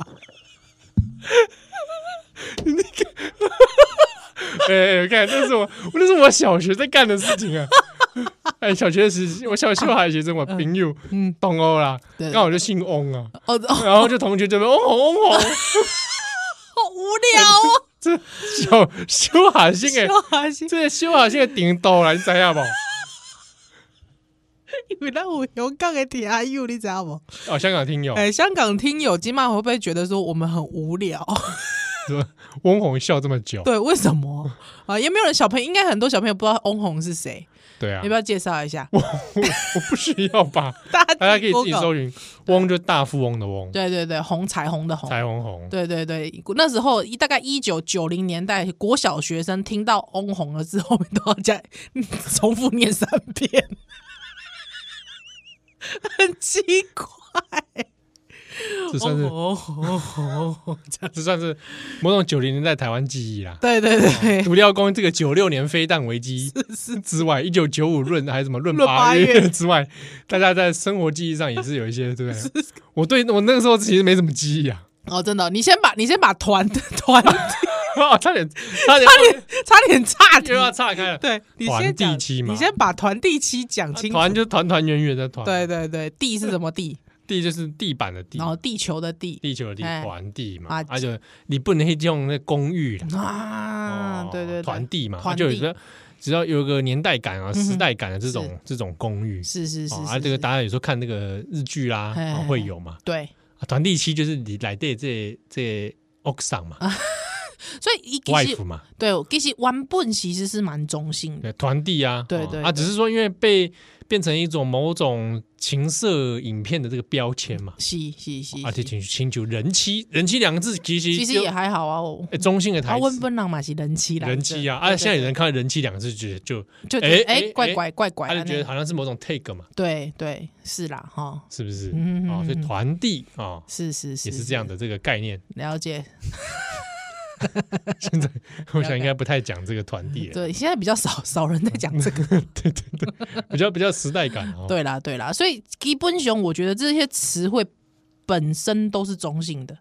Speaker 2: 哎、看，这是我，我这是我小学在干的事情啊。 哎，小学时，我小学还学生，我朋友，嗯，东欧啦，
Speaker 3: 对
Speaker 2: 刚好就姓翁啊，
Speaker 3: 哦哦，
Speaker 2: 哦然后就同学就被翁红翁红，
Speaker 3: 好无聊哦。
Speaker 2: 这 小小下性 诶，
Speaker 3: 笑死
Speaker 2: 这小下性诶顶刀啦，你知影无？
Speaker 3: 因为咱有香港的听友，你知道不？
Speaker 2: 哦，香港听友
Speaker 3: 哎、香港听友今晚会不会觉得说我们很无聊？
Speaker 2: 说翁虹笑这么久，
Speaker 3: 对，为什 么啊？也没有人小朋友，应该很多小朋友不知道翁虹是谁，
Speaker 2: 对啊
Speaker 3: 要，不要介绍一下？
Speaker 2: 我我不需要吧？
Speaker 3: 大家
Speaker 2: 大家可以自己
Speaker 3: Google
Speaker 2: 搜寻，翁就大富翁的翁，
Speaker 3: 对对对，红彩虹的红。
Speaker 2: 彩虹红，
Speaker 3: 对对对，那时候大概一九九零年代，国小学生听到“翁红”了字，后面都要加重复念三遍， 很奇怪。
Speaker 2: 这算是
Speaker 3: 哦哦哦哦 这样
Speaker 2: 这算是某种九零年代台湾记忆啦。
Speaker 3: 对对 对，
Speaker 2: 除掉光这个九六年飞弹危机
Speaker 3: 是
Speaker 2: 之外，一九九五论还是什么论
Speaker 3: 论
Speaker 2: 八
Speaker 3: 八
Speaker 2: 月
Speaker 3: 月
Speaker 2: 之外，大家在生活记忆上也是有一些， 对不对？我对我那个时候其实没什么记忆啊，
Speaker 3: 哦，真的，你先把你先把团团
Speaker 2: 啊差点差点
Speaker 3: 差点岔题
Speaker 2: 又，要岔开了。
Speaker 3: 对你
Speaker 2: 团
Speaker 3: 先
Speaker 2: 地
Speaker 3: 讲，
Speaker 2: 七嘛
Speaker 3: 你先把团地七讲清楚。
Speaker 2: 团就团团圆圆的团，
Speaker 3: 对对对，地是什么地？
Speaker 2: 地就是地板的地
Speaker 3: 然，后地球的地
Speaker 2: 地球的地，
Speaker 3: 哎
Speaker 2: 团地嘛。
Speaker 3: 啊
Speaker 2: 啊，就你不能用那公寓啦，
Speaker 3: 啊，
Speaker 2: 哦
Speaker 3: 对对对，
Speaker 2: 团地嘛，啊
Speaker 3: 团
Speaker 2: 就有
Speaker 3: 地嗯
Speaker 2: 个只要有个年代感啊、
Speaker 3: 哼
Speaker 2: 时代感的这种
Speaker 3: 是
Speaker 2: 这种公寓。
Speaker 3: 是是是
Speaker 2: 哦，
Speaker 3: 是
Speaker 2: 啊，这个
Speaker 3: 是哎
Speaker 2: 大家有时候看那个日剧啦，
Speaker 3: 嘿
Speaker 2: 哦
Speaker 3: 嘿
Speaker 2: 会
Speaker 3: 嘿
Speaker 2: 有嘛。
Speaker 3: 对，
Speaker 2: 啊，团地期就是你来的这这 o x 嘛
Speaker 3: 所以一其
Speaker 2: ，wife
Speaker 3: 实
Speaker 2: 嘛，
Speaker 3: 对，其实原本其实是蛮中性的，
Speaker 2: 对，团地啊，
Speaker 3: 对
Speaker 2: 哦
Speaker 3: 对
Speaker 2: 啊，
Speaker 3: 对
Speaker 2: 只是说因为被变成一种某种情色影片的这个标签嘛，
Speaker 3: 是是是，
Speaker 2: 而且
Speaker 3: 是
Speaker 2: 请请求人妻，人妻两个字其实
Speaker 3: 其实
Speaker 2: 就
Speaker 3: 也还好啊，我
Speaker 2: 哎中性的
Speaker 3: 啊，
Speaker 2: 台
Speaker 3: 温
Speaker 2: 词，
Speaker 3: 本人嘛是人妻啦，
Speaker 2: 人妻啊，啊，
Speaker 3: 对对
Speaker 2: 现在有人看到人妻两个字就就
Speaker 3: 就
Speaker 2: 哎哎
Speaker 3: 觉得哎怪
Speaker 2: 哎
Speaker 3: 怪怪怪
Speaker 2: 他
Speaker 3: 啊，
Speaker 2: 就觉
Speaker 3: 那
Speaker 2: 得好像是某种 take 嘛，
Speaker 3: 对对是啦哈，
Speaker 2: 是不是？
Speaker 3: 嗯
Speaker 2: 哦，所以
Speaker 3: 嗯嗯
Speaker 2: 团地啊
Speaker 3: 是是是
Speaker 2: 也是这样的这个概念，
Speaker 3: 了解，
Speaker 2: 现在我想应该不太讲这个嗯团地了，
Speaker 3: 对，现在比较少少人在讲这个，
Speaker 2: 对对对，比较比较时代感哦，
Speaker 3: 对啦对啦，所以基本上我觉得这些词汇本身都是中性的，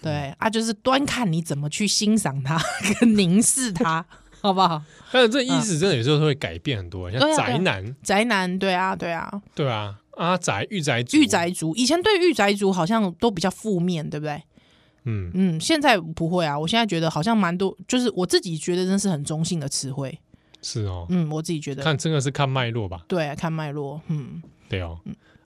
Speaker 3: 对
Speaker 2: 嗯
Speaker 3: 啊，就是端看你怎么去欣赏它跟凝视它， 好不好？
Speaker 2: 但是这意思真的有时候会改变很多，像
Speaker 3: 对啊对啊
Speaker 2: 宅男，
Speaker 3: 宅男，对啊对啊，
Speaker 2: 对啊，阿宅、御宅、
Speaker 3: 御，宅族以前对御宅族好像都比较负面，对不对？
Speaker 2: 嗯，
Speaker 3: 嗯，现在不会啊，我现在觉得好像蛮多，就是我自己觉得真是很中性的词汇，
Speaker 2: 是哦，
Speaker 3: 嗯，我自己觉得，
Speaker 2: 看真的是看脉络吧，
Speaker 3: 对，啊看脉络，嗯，
Speaker 2: 对哦，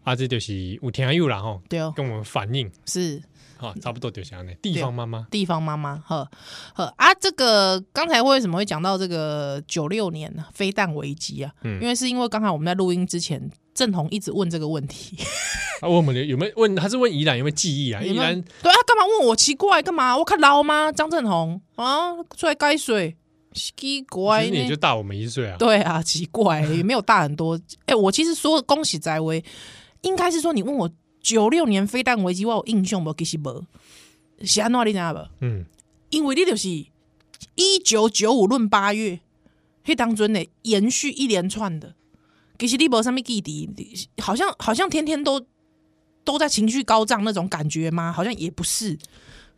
Speaker 2: 啊，这就是有听友啦吼，
Speaker 3: 对哦，
Speaker 2: 跟我们反映，
Speaker 3: 是。
Speaker 2: 啊，差不多就是这样的，地方妈妈，
Speaker 3: 地方妈妈，呵呵啊，这个刚才为什么会讲到这个九六年呢？飞弹危机啊，
Speaker 2: 嗯
Speaker 3: 因为是因为刚才我们在录音之前，郑红一直问这个问题，
Speaker 2: 啊，我们有没有问？他是问宜兰有没有记忆啊？
Speaker 3: 有
Speaker 2: 宜
Speaker 3: 没有
Speaker 2: 兰
Speaker 3: 对啊，干嘛问我奇怪？干嘛？我看老吗？张正红啊，出来该水，奇
Speaker 2: 其
Speaker 3: 怪
Speaker 2: 实
Speaker 3: 呢
Speaker 2: 你就大我们一岁啊，
Speaker 3: 对啊，奇怪、也没有大很多。哎、我其实说恭喜翟威，应该是说你问我九六年飞弹危机，我有印象不？其实无，是安怎样你知道不？
Speaker 2: 嗯，
Speaker 3: 因为你就是一九九五论八月，迄当阵呢延续一连串的，其实你无啥物记忆，好像好像天天都都在情绪高涨那种感觉吗？好像也不是，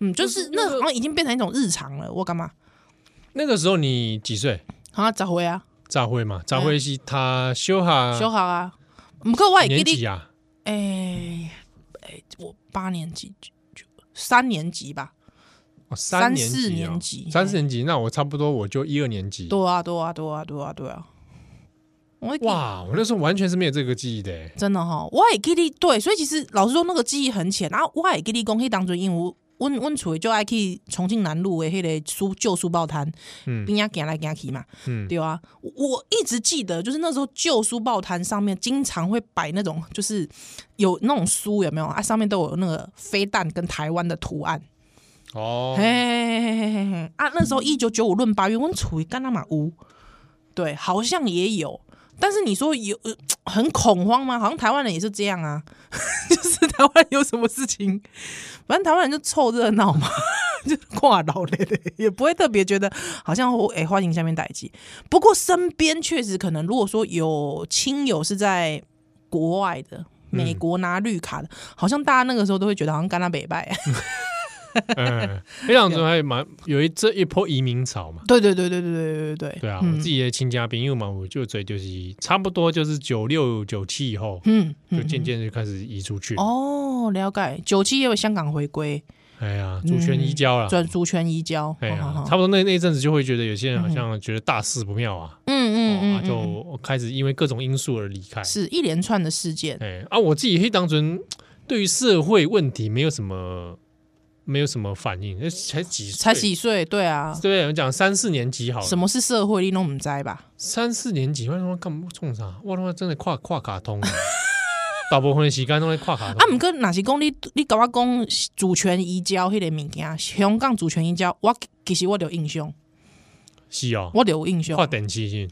Speaker 3: 嗯，就是那好像已经变成一种日常了。我干嘛？
Speaker 2: 那个时候你几岁？
Speaker 3: 好像咋回啊？
Speaker 2: 扎辉嘛，扎辉是他修哈
Speaker 3: 小好啊，不过我会
Speaker 2: 年
Speaker 3: 记你
Speaker 2: 级啊，
Speaker 3: 哎哎、我八年级就就三年级吧。
Speaker 2: 哦
Speaker 3: 三
Speaker 2: 年
Speaker 3: 四
Speaker 2: 级哦
Speaker 3: 年级
Speaker 2: 三四年级，那我差不多我就一二年级，
Speaker 3: 对啊，对啊，对啊，对啊，对啊。我会记
Speaker 2: 哇，我那时候完全是没有这个记忆的欸，
Speaker 3: 真的哈、我也记得对，所以其实老实说，那个记忆很浅。然后我也记得讲，迄当中因为阮阮厝的就爱去重庆南路的迄个书旧书报摊
Speaker 2: 嗯
Speaker 3: 边仔行来行去嘛，
Speaker 2: 嗯，
Speaker 3: 对啊。我我一直记得，就是那时候旧书报摊上面经常会摆那种，就是有那种书有没有啊？上面都有那个飞弹跟台湾的图案。
Speaker 2: 哦，
Speaker 3: 嘿嘿嘿嘿嘿啊，那时候一九九五论八月，阮处于干那嘛屋，对，好像也有。但是你说有、呃很恐慌吗？好像台湾人也是这样啊， 就是台湾有什么事情，反正台湾人就凑热闹嘛， 就挂老嘞嘞，也不会特别觉得好像哎、诶欢迎下面代际。不过身边确实可能，如果说有亲友是在国外的，美国拿绿卡的，好像大家那个时候都会觉得好像干那北拜，
Speaker 2: 嗯，那两种还蛮有一这一波移民潮嘛。
Speaker 3: 对对对对对对对对对
Speaker 2: 对啊，
Speaker 3: 嗯
Speaker 2: 我自己的亲家朋友嘛，我就追就是差不多就是九六九七以后，
Speaker 3: 嗯，哦
Speaker 2: 就
Speaker 3: 嗯
Speaker 2: 渐渐就开始移出去。
Speaker 3: 哦，了解。九七也有香港回归，
Speaker 2: 哎呀，主权移交啦。
Speaker 3: 转主权移交，哦
Speaker 2: 哎呀
Speaker 3: 好，好
Speaker 2: 啊差
Speaker 3: 好
Speaker 2: 不多那那一阵子就会觉得有些人好像觉得大事不妙啊，
Speaker 3: 嗯
Speaker 2: 哦
Speaker 3: 嗯
Speaker 2: 啊
Speaker 3: 嗯，嗯
Speaker 2: 就开始因为各种因素而离开。
Speaker 3: 是一连串的事件，
Speaker 2: 哎啊，我自己黑当纯对于社会问题没有什么没有什么反应，那才几岁
Speaker 3: 才几岁，对啊，
Speaker 2: 对，我讲三四年级好了，
Speaker 3: 什么是社会你弄唔知吧？
Speaker 2: 三四年级，我他妈干冲啥？我他妈真的跨跨卡通啊， 大部分的时间都在跨卡通。
Speaker 3: 啊，毋过若是讲你你甲我讲主权移交迄个物件，香港主权移交，我其实我就有印象，
Speaker 2: 是哦，
Speaker 3: 我就有印象
Speaker 2: 跨，等级是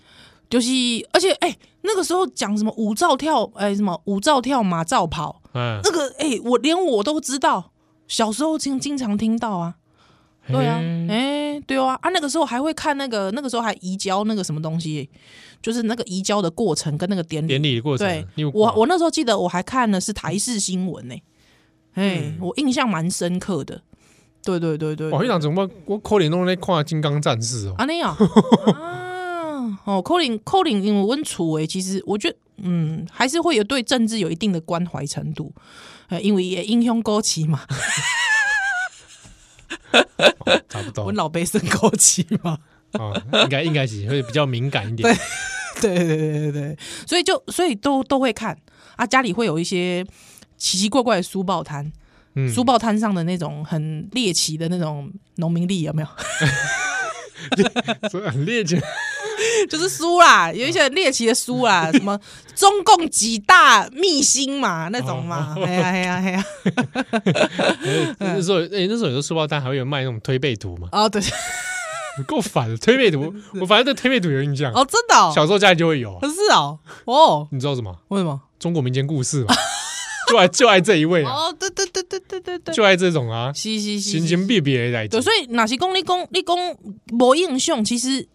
Speaker 3: 就是而且哎、那个时候讲什么舞照跳，哎、什么舞照跳马照跑，
Speaker 2: 嗯，
Speaker 3: 那个哎、我连我都知道，小时候经经常听到啊，对啊，
Speaker 2: 嘿
Speaker 3: 哎、对啊，啊，那个时候还会看那个，那个时候还移交那个什么东西，就是那个移交的过程跟那个典礼。
Speaker 2: 典礼的过程，
Speaker 3: 对
Speaker 2: 你有
Speaker 3: 我
Speaker 2: 看
Speaker 3: 我那时候记得我还看的是台视新闻呢、哎、
Speaker 2: 嗯
Speaker 3: 我印象蛮深刻的。对对对对，
Speaker 2: 我一场怎么我可怜都在看《金刚战士》哦，
Speaker 3: 啊 那样啊哦，扣零扣零，因为温楚诶，其实我觉得嗯，还是会有对政治有一定的关怀程度，呃，因为也英雄勾起嘛，
Speaker 2: 差不
Speaker 3: 我
Speaker 2: 多
Speaker 3: 老悲生勾起嘛，
Speaker 2: 啊，应该应该是会比较敏感一点。
Speaker 3: 对对对对对，所以就所以都都会看啊，家里会有一些奇奇怪怪的书报摊，
Speaker 2: 嗯
Speaker 3: 书报摊上的那种很猎奇的那种农民历有 没有？
Speaker 2: 所以很 猎奇，哎
Speaker 3: 就是书
Speaker 2: 哦
Speaker 3: 啦，有一些很猎奇的 书啦，什么中共几大秘辛嘛那种嘛，
Speaker 2: 哦
Speaker 3: 哎呀哎呀 哎呀，嗯
Speaker 2: 那时候哎，那时候有的书包摊还会有卖那种推背图嘛，
Speaker 3: 哦对，
Speaker 2: 够烦的推背 图，我反正对推背图有印象，
Speaker 3: 哦真的哦，
Speaker 2: 小时候家里就会有，
Speaker 3: 可是哦哦，
Speaker 2: 你知道什么？
Speaker 3: 为什么？
Speaker 2: 中国民间故 事嘛，就爱就爱这一位啊，
Speaker 3: 哦对对对对对对对，
Speaker 2: 就爱这种啊，
Speaker 3: 嘻嘻嘻
Speaker 2: 神
Speaker 3: 嘻，
Speaker 2: 经病别来
Speaker 3: 对，
Speaker 2: 讲，
Speaker 3: 所以哪些公你公你公无印象，其实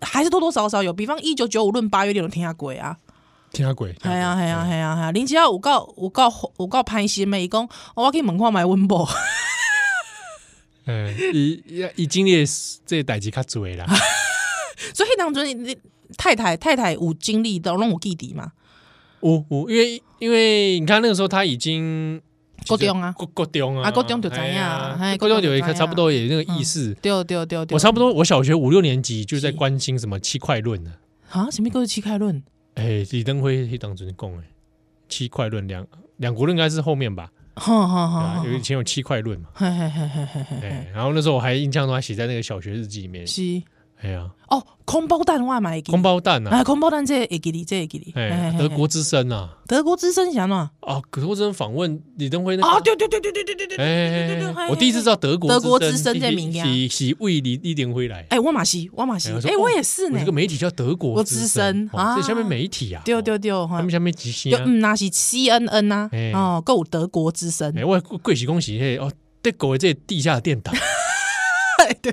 Speaker 3: 还是多多少少有，比方一九九五论八月你有听下过啊。
Speaker 2: 听他鬼，
Speaker 3: 系啊系啊系啊系啊！林志尧有够有够有够歹心的，伊讲、哦我去问看买温布，
Speaker 2: 嗯，伊伊经历的这代志较多 啦，
Speaker 3: 所以迄当阵你太太太太有经历到拢有记忆嘛，
Speaker 2: 我我因为因为你看那个时候他已经
Speaker 3: 高中啊
Speaker 2: 国国中啊，
Speaker 3: 啊国中就知道
Speaker 2: 嘿啊
Speaker 3: 嘿
Speaker 2: 国中就有一
Speaker 3: 国
Speaker 2: 个
Speaker 3: 中就知道
Speaker 2: 差不多也那个意识。
Speaker 3: 对对对对，
Speaker 2: 我差不多我小学五六年级就在
Speaker 3: 是
Speaker 2: 关心什么七块论了，
Speaker 3: 啊，什么叫做七开论？
Speaker 2: 哎，李登辉那当时讲哎，七块论两两国论应该是后面吧，对
Speaker 3: 哈哈哈
Speaker 2: 吧
Speaker 3: 哈，
Speaker 2: 有以前有七块论嘛，
Speaker 3: 嘿嘿嘿嘿哦嘿嘿
Speaker 2: 哎
Speaker 3: 嘿，，
Speaker 2: 然后那时候我还印象中还写在那个小学日记里面，
Speaker 3: 是
Speaker 2: 哎呀，
Speaker 3: 哦，空包蛋我也买
Speaker 2: 空包蛋啊，
Speaker 3: 啊，空包蛋这会记哩，这会记哩，嘿
Speaker 2: 哎
Speaker 3: 嘿，嘿
Speaker 2: 德国之声啊，
Speaker 3: 德国之声是安怎样？
Speaker 2: 啊，德国之声访问李登辉那个
Speaker 3: 啊，对对对对对对对对对对对
Speaker 2: 哎，，我第一次知道德国
Speaker 3: 德国之声
Speaker 2: 声
Speaker 3: 这名呀
Speaker 2: 是是为李李登辉来的。
Speaker 3: 哎，我马西我马西
Speaker 2: 哎我，说
Speaker 3: 哎，
Speaker 2: 哦
Speaker 3: 我也是
Speaker 2: 我
Speaker 3: 呢
Speaker 2: 这个，媒体叫德国声哦
Speaker 3: 国之声啊
Speaker 2: 这下面媒体啊，
Speaker 3: 对对
Speaker 2: 哦，
Speaker 3: 对，
Speaker 2: 他
Speaker 3: 哈
Speaker 2: 们下面几星
Speaker 3: 就
Speaker 2: 啊？
Speaker 3: 嗯，那是 CNN 呐、
Speaker 2: 嘿
Speaker 3: 哦，够有德国之声，
Speaker 2: 哎，我恭喜恭喜嘿哦，德国的这地下电 台，哎
Speaker 3: 对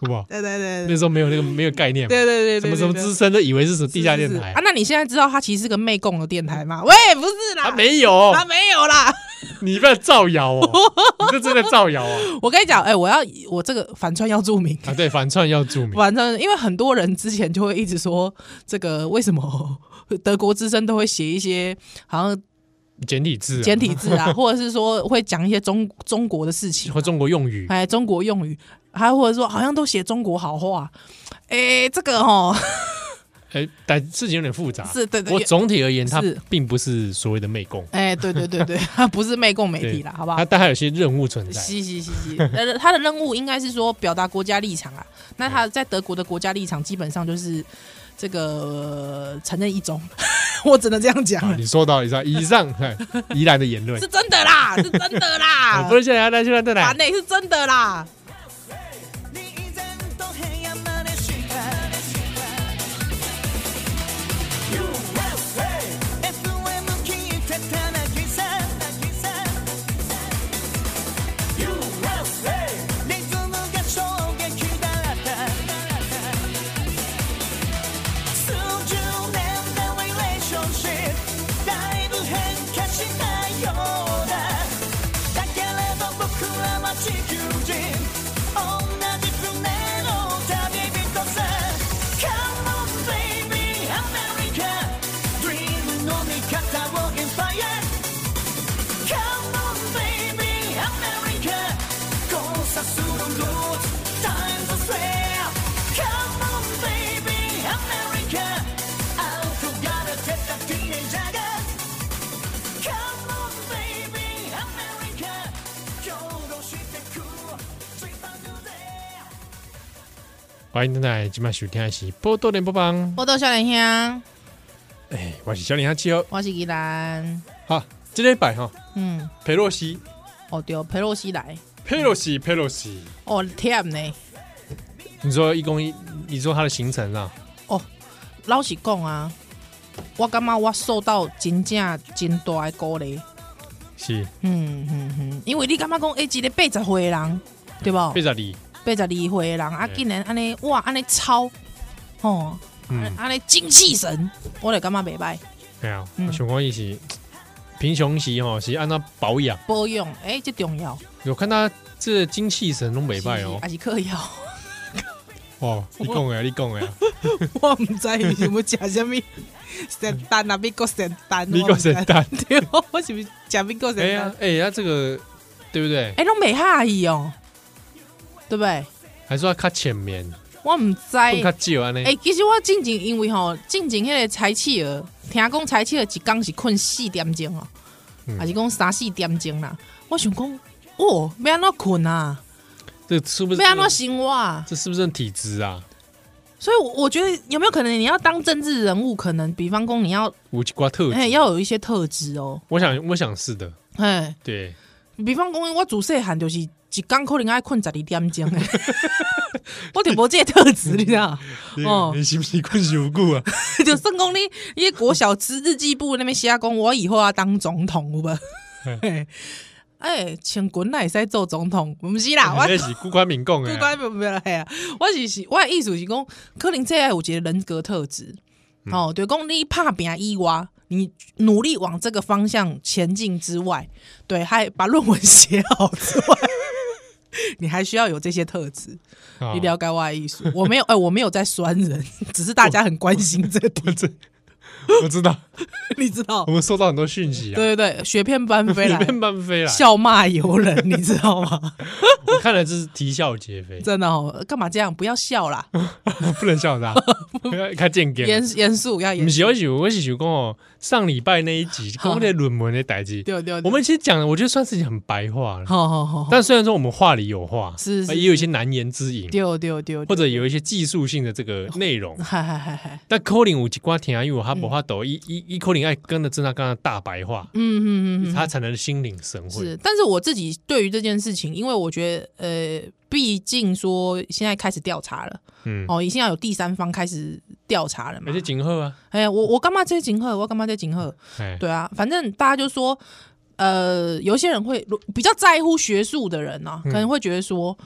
Speaker 2: 好不好？
Speaker 3: 对对对
Speaker 2: 那时候没有那个没有概念嘛，
Speaker 3: 对对对对，
Speaker 2: 什么什么
Speaker 3: 对
Speaker 2: 之声都以为是什么地下电
Speaker 3: 是是
Speaker 2: 台
Speaker 3: 啊？那你现在知道它其实是个媚共的电台吗？喂，不是啦，
Speaker 2: 啊，没有，
Speaker 3: 啊没有啦，
Speaker 2: 你不要造谣 哦，你这真的造谣啊！
Speaker 3: 我跟你讲，哎、我要我这个反串要注明。
Speaker 2: 啊，对，反串要注明，
Speaker 3: 反正，因为很多人之前就会一直说，这个为什么 德国之声都会写一些好像
Speaker 2: 简体字啊，
Speaker 3: 简体 字啊，或者是说会讲一些中中国的事情啊、
Speaker 2: 或中国用语，
Speaker 3: 哎，中国用语，还或者说好像都写中国好话，哎、这个哦，
Speaker 2: 哎，但事情有点复杂。
Speaker 3: 是对对
Speaker 2: 我总体而言，它
Speaker 3: 是
Speaker 2: 并不是所谓的媚共，
Speaker 3: 哎、对对对对， 它不是媚共媒体啦，好不好
Speaker 2: 它？但它有些任务存在。
Speaker 3: 嘻嘻嘻嘻，呃，他的任务应该是说表达国家立场 啊。那他在德国的国家立场基本上就是这个、呃承认一中， 我只能这样讲
Speaker 2: 啊，
Speaker 3: 了，
Speaker 2: 你说到以上以上哎宜兰的言论
Speaker 3: 是，真 的啦，是真的
Speaker 2: 啊
Speaker 3: 啦，
Speaker 2: 不是现在来现在再来
Speaker 3: 烦，呢、欸是真的啦。
Speaker 1: 你依然都黑暗满的世界。FM 聞いてたなぎさリズムが衝撃だった数十年のリレーションシップだいぶ変化しないようだだけれど僕らは地球人
Speaker 2: 欢迎来今晚收听的是《波多连播帮》，
Speaker 3: 我到少年兄，
Speaker 2: 哎，我是小林阿七哦。
Speaker 3: 我是宜兰，
Speaker 2: 好，今天摆哈，
Speaker 3: 嗯，
Speaker 2: 佩洛西，
Speaker 3: 哦对，佩洛西来，
Speaker 2: 佩洛西，佩洛西，
Speaker 3: 哦忝呢，
Speaker 2: 你说一公一，你说他的行程啦，
Speaker 3: 老实讲啊，我感觉我受到真正真大的鼓励，
Speaker 2: 是
Speaker 3: 嗯嗯嗯，因为你感觉讲，哎、一个八十岁的人，对不？
Speaker 2: 贝扎里，
Speaker 3: 八十二岁的人啊，
Speaker 2: 对
Speaker 3: 竟然安尼哇安尼超，吼、
Speaker 2: 嗯，
Speaker 3: 安尼精气神，我就感觉袂歹。
Speaker 2: 对啊，
Speaker 3: 嗯
Speaker 2: 我想讲伊是贫穷时吼是按照保养，
Speaker 3: 保养，哎、这重要，
Speaker 2: 我看他这精气神拢袂歹
Speaker 3: 是
Speaker 2: 哦，
Speaker 3: 还是嗑药？
Speaker 2: 哦，你讲诶，你讲诶，
Speaker 3: 我毋知伊想要食啥物，圣诞啊，美国圣诞，
Speaker 2: 美国圣诞
Speaker 3: 我不知，对， 我是毋是食美国圣
Speaker 2: 哎呀
Speaker 3: 诞？，
Speaker 2: 哎呀，这个对不对？
Speaker 3: 哎、拢袂合伊哦，对不对？
Speaker 2: 还说他较浅眠，
Speaker 3: 我毋知，
Speaker 2: 更较
Speaker 3: 哎、
Speaker 2: 少啊安尼，
Speaker 3: 其实我进前因为吼，进前迄个柴企鹅，听讲柴企鹅一工是困四点钟哦，
Speaker 2: 嗯
Speaker 3: 还是讲三四点钟啦。我想讲，哦，要安怎困啊？
Speaker 2: 这是不是
Speaker 3: 要安怎生活啊？
Speaker 2: 这是不是体质啊？
Speaker 3: 所以我，我觉得有没有可能你要当政治人物，可能比方说你要
Speaker 2: 无瓜特质
Speaker 3: 哎、要有一些特质哦，
Speaker 2: 我想，我想是的，
Speaker 3: 哎，
Speaker 2: 对，
Speaker 3: 比方讲我自细汉就是一工可能爱困十二点 钟的，我就无这个特质，你知道？哦
Speaker 2: 你是不是困受久啊？
Speaker 3: 就算讲你，你的国小之日记簿那边写啊讲，我以后要当总统，有无？ 哎、穿裙来会使做总统，毋是啊啦，我
Speaker 2: 那 是顾冠明讲
Speaker 3: 不
Speaker 2: 的，
Speaker 3: 管不不啦，嘿啊！我是是，我的意思是讲，可能这个有一个人格特质，哦，对，讲你怕别人意外，你努力往这个方向前进之外，对，还把论文写好之外， 你还需要有这些特质。
Speaker 2: 哦
Speaker 3: 你了解我的意思？我没有，哎、我没有在酸人，只是大家很关心这个 题，
Speaker 2: 我知道，
Speaker 3: 你知道
Speaker 2: 我？们收到很多讯息啊，
Speaker 3: 对对对，雪片般飞
Speaker 2: 里
Speaker 3: 来，
Speaker 2: 面半飞啦，
Speaker 3: 笑骂游人，你知道吗？
Speaker 2: 我看了这是啼笑皆非，
Speaker 3: 真的哦，干嘛这样？不要笑啦，
Speaker 2: 不能笑 他，看健康。
Speaker 3: 啊严严肃要严
Speaker 2: 不
Speaker 3: 肃。哦
Speaker 2: 是，我是我是想讲哦，上礼拜那一 集
Speaker 3: 好
Speaker 2: 讲那论文的代志，
Speaker 3: 对对对，
Speaker 2: 我们其实讲的，我觉得算是很白话了。
Speaker 3: 好好好，
Speaker 2: 但虽然说我们话里有话，
Speaker 3: 是是
Speaker 2: 也有一些难言之隐，
Speaker 3: 丢丢丢，
Speaker 2: 或者有一些技术性的这个内容，
Speaker 3: 嗨嗨嗨嗨，
Speaker 2: 那柯林有一寡听啊因为他无法抖，一一一柯林爱跟着真的跟他大白话，
Speaker 3: 嗯嗯嗯嗯，
Speaker 2: 他才能心领神 会
Speaker 3: 是。。但是我自己对于这件事情，因为我觉得，呃，毕竟说现在开始调查了，
Speaker 2: 嗯，
Speaker 3: 哦，已经要有第三方开始调查了嘛
Speaker 2: 而。且景后啊，
Speaker 3: 哎呀，我我干嘛在警贺？我干嘛在警贺？
Speaker 2: 哎，
Speaker 3: 对啊，反正大家就说，呃，有些人会比较在乎学术的人啊，可
Speaker 2: 嗯
Speaker 3: 能会觉得说，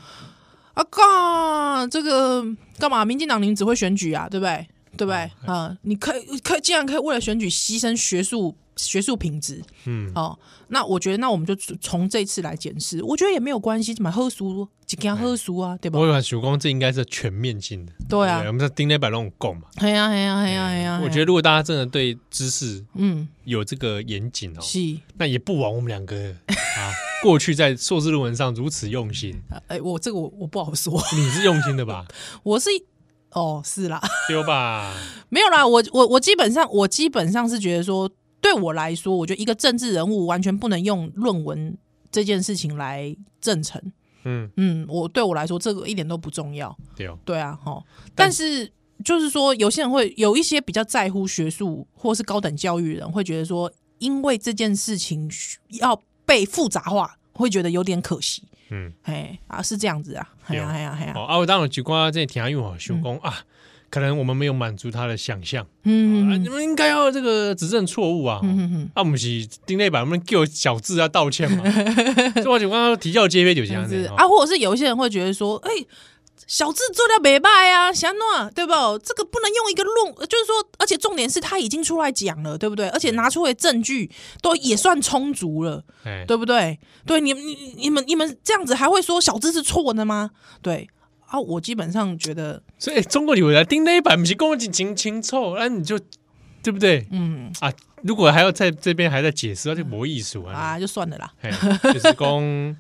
Speaker 3: 啊干这个干嘛？民进党你们只会选举啊，对不对？对不对？
Speaker 2: 哦
Speaker 3: 啊、
Speaker 2: 哎
Speaker 3: 你可以可以竟然可以为了选举牺牲学术学术品质，
Speaker 2: 嗯，
Speaker 3: 哦，那我觉得那我们就从从这次来检视，我觉得也没有关系，买喝熟几件喝熟啊，对吧
Speaker 2: 哎我？有想讲这应该是全面性的，
Speaker 3: 对啊
Speaker 2: 我，们在丁磊摆那种供嘛。
Speaker 3: 嘿啊呀嘿呀嘿呀嘿呀，
Speaker 2: 哎我觉
Speaker 3: 得
Speaker 2: 得如果大家真的对知识
Speaker 3: 嗯
Speaker 2: 有这个严谨哦，
Speaker 3: 是，
Speaker 2: 那也不枉我们两个啊，过去在硕士论文上如此用 心，
Speaker 3: 呃哎，我这个我我不好说，
Speaker 2: 你是用心的吧？
Speaker 3: 我是哦是啦，
Speaker 2: 丢吧，
Speaker 3: 没有啦，我我我基本上我基本上是觉得说，对我来说，我觉得一个政治人物完全不能用论文这件事情来证成，
Speaker 2: 嗯，
Speaker 3: 嗯，我对我来说这个一点都不重要，
Speaker 2: 丢，
Speaker 3: 对啊，哈，
Speaker 2: 但
Speaker 3: 但是就是说，有些人会有一些比较在乎学术或是高等教育的人，会觉得说，因为这件事情需要被复杂化，会觉得有点可惜。
Speaker 2: 嗯，
Speaker 3: 哎啊，是这样子啊，哎呀
Speaker 2: 对
Speaker 3: 哎呀哎呀，
Speaker 2: 哦，啊，我当然举瓜这听因为我想
Speaker 3: 嗯
Speaker 2: 讲啊，可能我们没有满足他的想象。啊，
Speaker 3: 嗯
Speaker 2: 你们应该要这个指正错误啊！
Speaker 3: 嗯嗯
Speaker 2: 啊，不是丁内版，我们叫小智啊道歉 嘛。所以我就刚刚提教皆非就这
Speaker 3: 嗯，
Speaker 2: 样
Speaker 3: 是
Speaker 2: 子
Speaker 3: 啊，或者是有一些人会觉得说，哎、小智做掉北拜啊，想诺对不？这个不能用一个论，就是说，而且重点是他已经出来讲了，对不对？而且拿出来证据都也算充足了，
Speaker 2: 哎，
Speaker 3: 对不对？对，你你你你们你们这样子还会说小智是错的吗？对啊，我基本上觉得，
Speaker 2: 所以哎中国有来丁内版不是跟我讲清清楚，那你就对不对
Speaker 3: 嗯
Speaker 2: 啊？如果还要在这边还在解释，那就没意思啊！
Speaker 3: 啊，就算了啦。
Speaker 2: 哎，就是 公，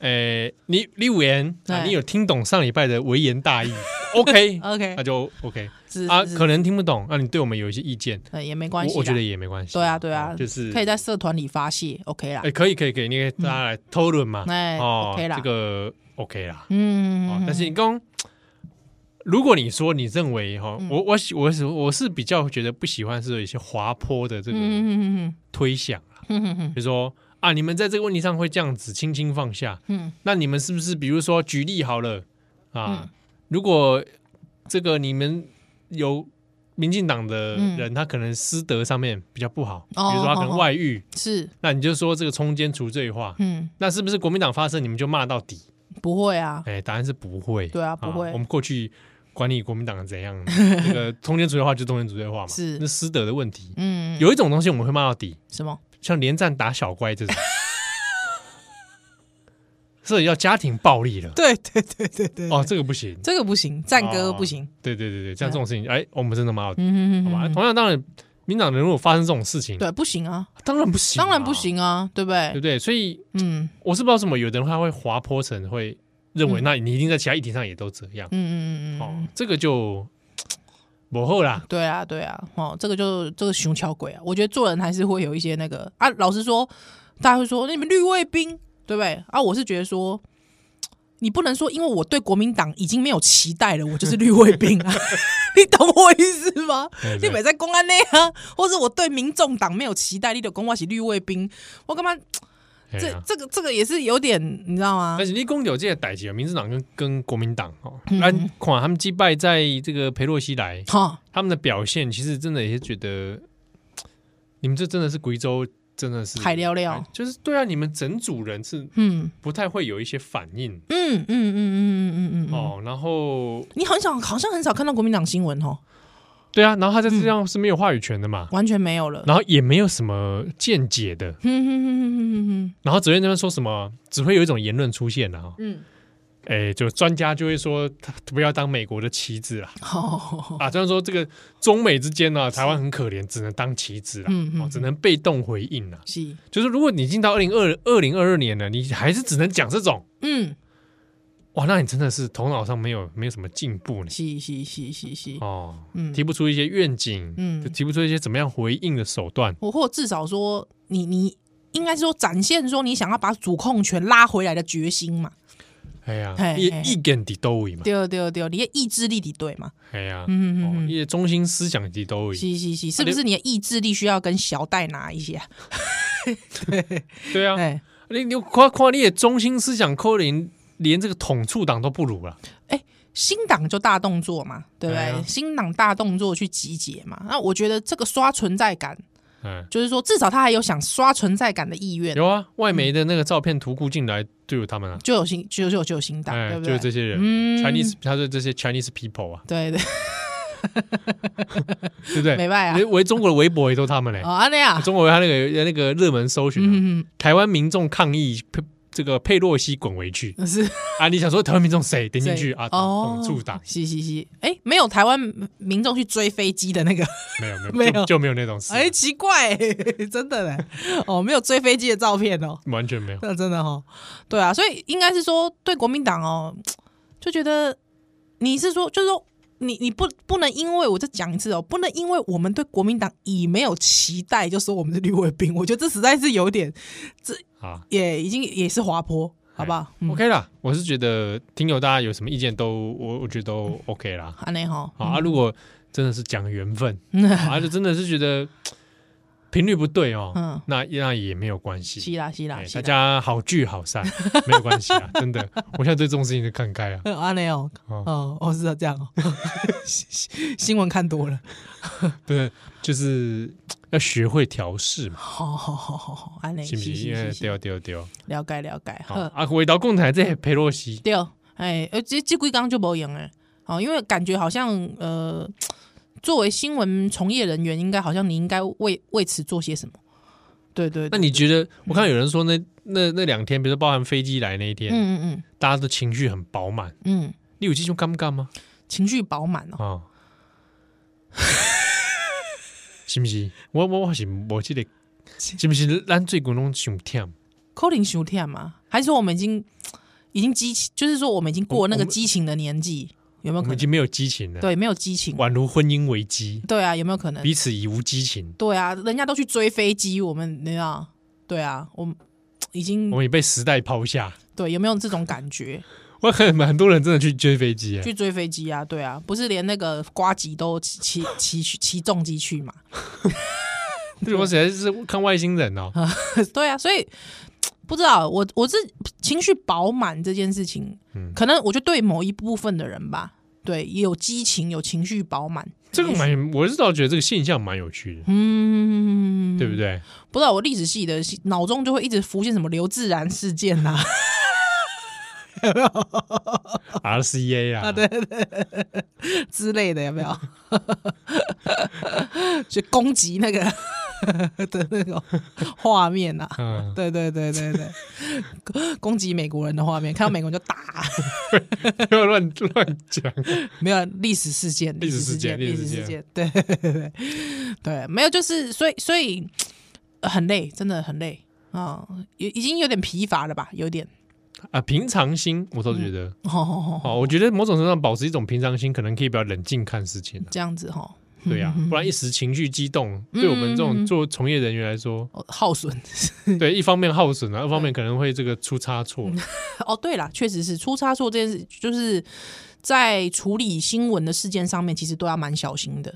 Speaker 2: 哎，你李委员啊，
Speaker 3: 对
Speaker 2: 你有听懂上礼拜的微言大义 ？OK，
Speaker 3: OK，
Speaker 2: 那就 OK
Speaker 3: 是
Speaker 2: 啊，
Speaker 3: 是是
Speaker 2: 可能听不懂，那你对我们有一些意见，
Speaker 3: 呃也没
Speaker 2: 我
Speaker 3: 关系啦，
Speaker 2: 我觉得也没关系。哦
Speaker 3: 对啊对啊，
Speaker 2: 就是
Speaker 3: 可以在社团里发泄，OK 啦
Speaker 2: 哎、。可以可以可以，你可以大家来讨论嘛。
Speaker 3: 哎
Speaker 2: 哦
Speaker 3: OK 啦
Speaker 2: 这个 OK 啦。
Speaker 3: 嗯，
Speaker 2: 哦，但是你讲如果你说你认为哈，
Speaker 3: 嗯
Speaker 2: 我我喜我是我是比较觉得不喜欢是有一些滑坡的这个
Speaker 3: 嗯嗯
Speaker 2: 推想啊，
Speaker 3: 嗯嗯嗯
Speaker 2: 比如说啊，你们在这个问题上会这样子轻轻放下，
Speaker 3: 嗯
Speaker 2: 那你们是不是比如说举例好了啊？如果这个你们有民进党的人，他可能私德上面比较不好，
Speaker 3: 嗯哦
Speaker 2: 比如说他可能外遇，
Speaker 3: 是，
Speaker 2: 那你就说这个冲奸除罪化，
Speaker 3: 嗯，
Speaker 2: 那是不是国民党发生你们就骂到底？
Speaker 3: 不会啊，
Speaker 2: 哎，答案是不会，
Speaker 3: 对啊不会
Speaker 2: 我们过去管理国民党怎样，这个通奸除罪化就通奸除罪化嘛，
Speaker 3: 是
Speaker 2: 那私德的问题。
Speaker 3: 嗯，
Speaker 2: 有一种东西我们会骂到底，
Speaker 3: 什么？
Speaker 2: 像连战打小乖这种， 这要家庭暴力了。
Speaker 3: 对对对对对
Speaker 2: 哦，，这个不行，
Speaker 3: 这个不行，战歌不行，
Speaker 2: 对对对对，像这种事情，哎，我们真的骂到底，
Speaker 3: 嗯
Speaker 2: 好
Speaker 3: 嗯
Speaker 2: 吧？
Speaker 3: 嗯，
Speaker 2: 同样，当然，民党人如果发生这种事情，
Speaker 3: 对，不行啊，
Speaker 2: 当然不行，
Speaker 3: 当然不，行啊，对不
Speaker 2: 对不
Speaker 3: 对？
Speaker 2: 对？所以
Speaker 3: 嗯
Speaker 2: 我是不知道什么，有的人他会滑坡成会认为，
Speaker 3: 嗯
Speaker 2: 那你一定在其他议题上也都这样
Speaker 3: 嗯，嗯嗯
Speaker 2: 哦
Speaker 3: 嗯，，
Speaker 2: 这个就不后啦，
Speaker 3: 对啊对啊，哦，这个就这个熊敲鬼啊，我觉得做人还是会有一些那个啊。老实说，大家会说你们绿卫兵，对不对？啊，我是觉得说。你不能说，因为我对国民党已经没有期待了，我 就是绿卫兵啊！你懂我意思吗？
Speaker 2: 对
Speaker 3: 你
Speaker 2: 对
Speaker 3: 袂在讲安尼啊，或是我对民众党没有期待，你就讲我是绿卫兵，我干嘛？
Speaker 2: 对
Speaker 3: 这
Speaker 2: 啊
Speaker 3: 这个这个也是有点，你知道吗
Speaker 2: 而？且你公有这些代际，民主党跟跟国民党哦，
Speaker 3: 嗯
Speaker 2: 那看他们击败在这个佩洛西来，
Speaker 3: 哈，
Speaker 2: 他们的表现，其实真的也是觉得，你们这真的是贵州，真的是
Speaker 3: 海聊聊，
Speaker 2: 就是对啊，你们整组人是
Speaker 3: 嗯
Speaker 2: 不太会有一些反应
Speaker 3: 嗯嗯嗯嗯嗯嗯嗯嗯，
Speaker 2: 哦。然后
Speaker 3: 你很少，好像很少看到国民党新闻哦，
Speaker 2: 对啊，然后他在这样是没有话语权的嘛，
Speaker 3: 完全没有了。
Speaker 2: 然后也没有什么见解的，
Speaker 3: 嗯哼哼哼哼哼 哼
Speaker 2: 然后只会在那边说什么，只会有一种言论出现啊。
Speaker 3: 嗯，
Speaker 2: 哎，就专家就会说，他不要当美国的棋子啦，
Speaker 3: 好，
Speaker 2: 啊，虽然说这个中美之间呢、啊台湾很可怜，只能当棋子啦，
Speaker 3: 嗯嗯
Speaker 2: 哦
Speaker 3: 嗯
Speaker 2: 只能被动回应啊啦。
Speaker 3: 是，
Speaker 2: 就是如果你进到二零二二零二二年了，你还是只能讲这种，
Speaker 3: 嗯，
Speaker 2: 哇，那你真的是头脑上没有没有什么进步呢。
Speaker 3: 是是是是是，
Speaker 2: 哦，
Speaker 3: 嗯
Speaker 2: 提不出一些愿景，
Speaker 3: 嗯
Speaker 2: 就提不出一些怎么样回应的手段。
Speaker 3: 我或至少说，你你应该说展现说你想要把主控权拉回来的决心嘛，
Speaker 2: 哎呀
Speaker 3: 嘿，
Speaker 2: 一
Speaker 3: 嘿
Speaker 2: 一根底都位嘛，
Speaker 3: 对对对，你的意志力敌对嘛，
Speaker 2: 哎呀，
Speaker 3: 嗯嗯
Speaker 2: 嗯哦
Speaker 3: 嗯嗯
Speaker 2: 一些中心思想底都位，
Speaker 3: 是是是，是不是你的意志力需要跟小戴拿一
Speaker 2: 啊
Speaker 3: 下？
Speaker 2: 对啊，
Speaker 3: 哎
Speaker 2: 你你夸夸你的中心思想扣连连这个统促党都不如了，
Speaker 3: 哎，新党就大动作嘛，对不
Speaker 2: 哎
Speaker 3: 对
Speaker 2: 呀？
Speaker 3: 新党大动作去集结嘛，那我觉得这个刷存在感，
Speaker 2: 嗯，
Speaker 3: 就是说至少他还有想刷存在感的意愿，
Speaker 2: 有啊，外媒的那个照片图库进来就有他们啊，
Speaker 3: 就有新就就就有新党，
Speaker 2: 哎，
Speaker 3: 对不
Speaker 2: 就是这
Speaker 3: 对？
Speaker 2: 些人、
Speaker 3: 嗯
Speaker 2: Chinese，他说这些 Chinese people 啊，
Speaker 3: 对对，
Speaker 2: 对不对？
Speaker 3: 没办法啊
Speaker 2: 连围中国的微博也都他们嘞、
Speaker 3: 哦，安利啊，
Speaker 2: 中国他那个那个热门搜寻、啊，
Speaker 3: 嗯嗯
Speaker 2: 台湾民众抗议佩这个佩洛西滚回去
Speaker 3: 嗯，是
Speaker 2: 啊！你想说台湾民众谁点进去
Speaker 3: 对
Speaker 2: 啊？
Speaker 3: 哦
Speaker 2: 统促党
Speaker 3: 是是是，哎，没有台湾民众去追飞机的那个，
Speaker 2: 没有没有
Speaker 3: 没有
Speaker 2: 就就没有那种事，
Speaker 3: 哎，奇怪， 真的嘞，哦，没有追飞机的照片哦，
Speaker 2: 完全没有。
Speaker 3: 那真的哦，对啊，所以应该是说对国民党哦，就觉得你是说，就是说你你不不能因为我再讲一次哦，不能因为我们对国民党已没有期待，就说我们是绿卫兵，我觉得这实在是有点
Speaker 2: 啊
Speaker 3: 也已经也是滑坡，好不好？嗯，
Speaker 2: OK 啦，我是觉得听友大家有什么意见都我我觉得
Speaker 3: 嗯
Speaker 2: 都 OK 啦。
Speaker 3: 安内哦
Speaker 2: 好
Speaker 3: 哈，
Speaker 2: 啊，如果真的是讲缘分，
Speaker 3: 嗯
Speaker 2: 啊，就真的是觉得频率不对哦，
Speaker 3: 嗯
Speaker 2: 那那也没有关系。
Speaker 3: 是啦是啦
Speaker 2: 哎，
Speaker 3: 是
Speaker 2: 大
Speaker 3: 啦
Speaker 2: 家好聚好 散，没有关系啊，真的。我现在对这种事情就看开啊。
Speaker 3: 嗯安内哦，
Speaker 2: 哦
Speaker 3: 哦哦是啊这样 哦，新闻看多了，
Speaker 2: 对，就是要学会调试嘛，
Speaker 3: 好好好好好，安内，
Speaker 2: 是不是？哎
Speaker 3: 哎
Speaker 2: 哦
Speaker 3: 是
Speaker 2: 因为
Speaker 3: 是是是
Speaker 2: 丢丢丢，
Speaker 3: 了解了解，
Speaker 2: 好
Speaker 3: 呵。
Speaker 2: 啊，回到共台这佩洛西，
Speaker 3: 对，哎，呃，这这几刚就无用哎，哦，因为感觉好像呃，作为新闻从业人员，应该好像你应该为为此做些什么。对对
Speaker 2: 那
Speaker 3: 对，
Speaker 2: 你觉得？我看有人说那那那两天，比如说包含飞机来那一天，
Speaker 3: 嗯嗯
Speaker 2: 大家的情绪很饱满，
Speaker 3: 嗯嗯，
Speaker 2: 你有这种尴尬吗？
Speaker 3: 情绪饱满哦。
Speaker 2: 啊，哦 是不是？我我我是我记得，是不是？咱最近拢上忝，
Speaker 3: 扣零休天嘛，还是说我们已经已经激情，就是说我们已经过那
Speaker 2: 我
Speaker 3: 个
Speaker 2: 们
Speaker 3: 激情的年纪，有没
Speaker 2: 我
Speaker 3: 有
Speaker 2: 们已
Speaker 3: 可能？
Speaker 2: 经没有激情了，
Speaker 3: 对，没有激情。
Speaker 2: 宛如婚姻危机，
Speaker 3: 对啊，有没有可能？
Speaker 2: 彼此已无激情，
Speaker 3: 对啊，人家都去追飞机，我们你知道？对啊，我们已经
Speaker 2: 我们也被时代抛下。
Speaker 3: 对有没有这种感觉？
Speaker 2: 我看很多人真的去追飞机、欸，
Speaker 3: 去追飞机啊，对啊，不是连那个瓜吉都骑骑骑去骑重机去 嘛？
Speaker 2: 对我实在是看外星人哦、
Speaker 3: 对啊，所以不知道我我是情绪饱满这件事情，
Speaker 2: 嗯
Speaker 3: 可能我就对某一部分的人吧，对，也有激情，有情绪饱满，
Speaker 2: 这个蛮，我是倒觉得这个现象蛮有趣的，
Speaker 3: 嗯，
Speaker 2: 对不？对？
Speaker 3: 不知道我历史系的脑中就会一直浮现什么刘自然事件啊呐、
Speaker 2: RCA 啊，
Speaker 3: 对 之类的，有没有？ 去攻击那个 的那种画面啊呐、
Speaker 2: 嗯，
Speaker 3: 对对对对对， 攻击美国人的画面，看到美国人就打，
Speaker 2: 不要乱乱讲，
Speaker 3: 没有历史事件，
Speaker 2: 历史事
Speaker 3: 事
Speaker 2: 件
Speaker 3: 历
Speaker 2: 历史
Speaker 3: 史
Speaker 2: 事
Speaker 3: 事件，对对对对对， 没有，就是所以所以呃很累，真的很累啊，已、已经有点疲乏了吧，有点，
Speaker 2: 啊，平常心，我倒觉得，
Speaker 3: 哦哦哦，
Speaker 2: 哦，我觉得某种程度上保持一种平常心，可能可以比较冷静看事情啊。
Speaker 3: 这样子哈、
Speaker 2: 对呀、不然一时情绪激动，对我们这种做从业人员来说，
Speaker 3: 哦，耗损。
Speaker 2: 对一方面耗损啊，二方面可能会这个出差错。
Speaker 3: 哦，对了，确实是出差错这件事，就是在处理新闻的事件上面，其实都要蛮小心的，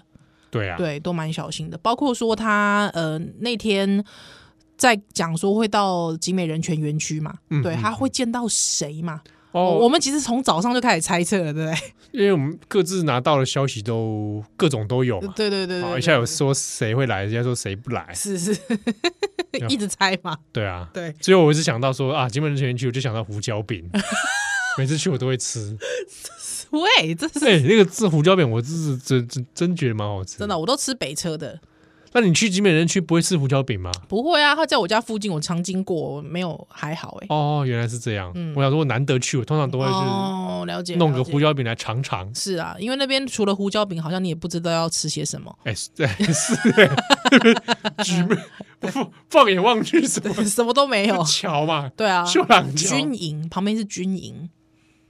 Speaker 2: 对啊，
Speaker 3: 对，都蛮小心的。包括说他呃那天在讲说会到集美人权园区嘛，
Speaker 2: 嗯
Speaker 3: 对，
Speaker 2: 嗯
Speaker 3: 他会见到谁嘛？哦，我
Speaker 2: 哦，
Speaker 3: 们其实从早上就开始猜测了，对不对？
Speaker 2: 因为我们各自拿到的消息都各种都有嘛，
Speaker 3: 对对对
Speaker 2: 啊，
Speaker 3: 对，
Speaker 2: 一下有说谁会来，一下说谁不来，
Speaker 3: 是是 一直猜嘛，
Speaker 2: 对啊。
Speaker 3: 对，
Speaker 2: 最后我是想到说啊，金门人权区，我就想到胡椒 饼，每次去我都会吃。
Speaker 3: 喂，这是。
Speaker 2: 哎、那个这胡椒饼，我真是真真真觉得蛮好吃。
Speaker 3: 真的，？我都吃北车的，
Speaker 2: 那你去集美人区不会吃胡椒饼吗？
Speaker 3: 不会啊。他在我家附近，我常经过，我没有还好哎、
Speaker 2: 哦，原来是这样。
Speaker 3: 嗯
Speaker 2: 我想说，我难得去，我通常都会是
Speaker 3: 哦，了解，
Speaker 2: 弄
Speaker 3: 了
Speaker 2: 个
Speaker 3: 解
Speaker 2: 胡椒饼来尝尝。，
Speaker 3: 是啊，因为那边除了胡椒饼，好像你也不知道要吃些什么
Speaker 2: 哎、是哎是哎，集美不放眼望去什么
Speaker 3: 什么都没有
Speaker 2: 不。巧嘛？
Speaker 3: 对啊，
Speaker 2: 秀朗桥
Speaker 3: 军营旁边是军营，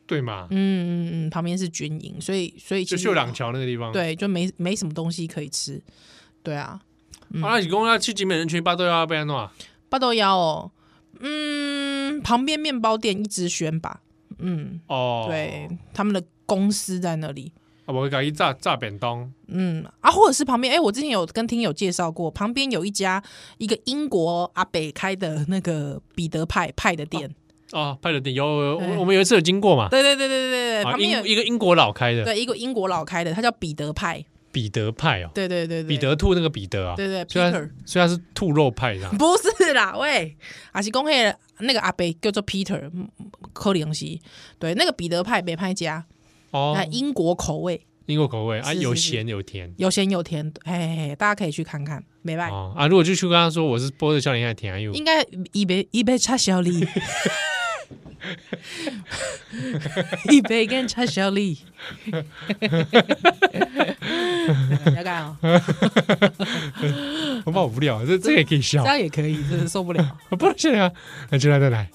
Speaker 2: 对嘛？
Speaker 3: 嗯嗯嗯，旁边是军营，所以所以其
Speaker 2: 就
Speaker 3: 实
Speaker 2: 秀朗桥那个地方。
Speaker 3: 对，就没没什么东西可以吃。对啊，
Speaker 2: 啊，那你公要去集美人区，巴豆要不要弄啊？
Speaker 3: 八豆腰哦，嗯，旁边面包店一只轩吧，嗯，
Speaker 2: 哦，
Speaker 3: 对，，他们的公司在那里。
Speaker 2: 啊，我搞一炸炸扁冬，
Speaker 3: 嗯啊，或者是旁边，哎、我之前有跟听友介绍过，旁边有一家一个英国阿北开的那个彼得派派的店，
Speaker 2: 哦，派的店有，有
Speaker 3: 对
Speaker 2: 我我们有一次有经过嘛，
Speaker 3: 对对对对对对，
Speaker 2: 啊，
Speaker 3: 旁边
Speaker 2: 英
Speaker 3: 有
Speaker 2: 一个英国佬开的
Speaker 3: 对一个英国佬开的，他叫彼得派，
Speaker 2: 彼得派哦，
Speaker 3: 对对对对，
Speaker 2: 彼，得兔那个彼得啊，
Speaker 3: 对对
Speaker 2: 虽然
Speaker 3: Peter
Speaker 2: 虽然是兔肉派的啊，
Speaker 3: 不是啦，喂，阿西公黑的那个阿北叫做 Peter 嗯柯林西，对，那个彼得派北派家，
Speaker 2: 哦
Speaker 3: 那，英国口味，
Speaker 2: 英国口味啊，
Speaker 3: 哎是是
Speaker 2: 有
Speaker 3: 是
Speaker 2: 咸有甜
Speaker 3: 有咸有甜，哎哎，哎大家可以去看看，没办
Speaker 2: 哦啊，如果就去跟他说我是波特笑脸还甜啊，又
Speaker 3: 应该一杯一杯叉小 李，一杯跟叉 小李，要干啊，
Speaker 2: 我好无聊，这这也可以
Speaker 3: 这
Speaker 2: 笑，
Speaker 3: 样也可以，真是受不了。
Speaker 2: 波特笑脸啊，那就来再来，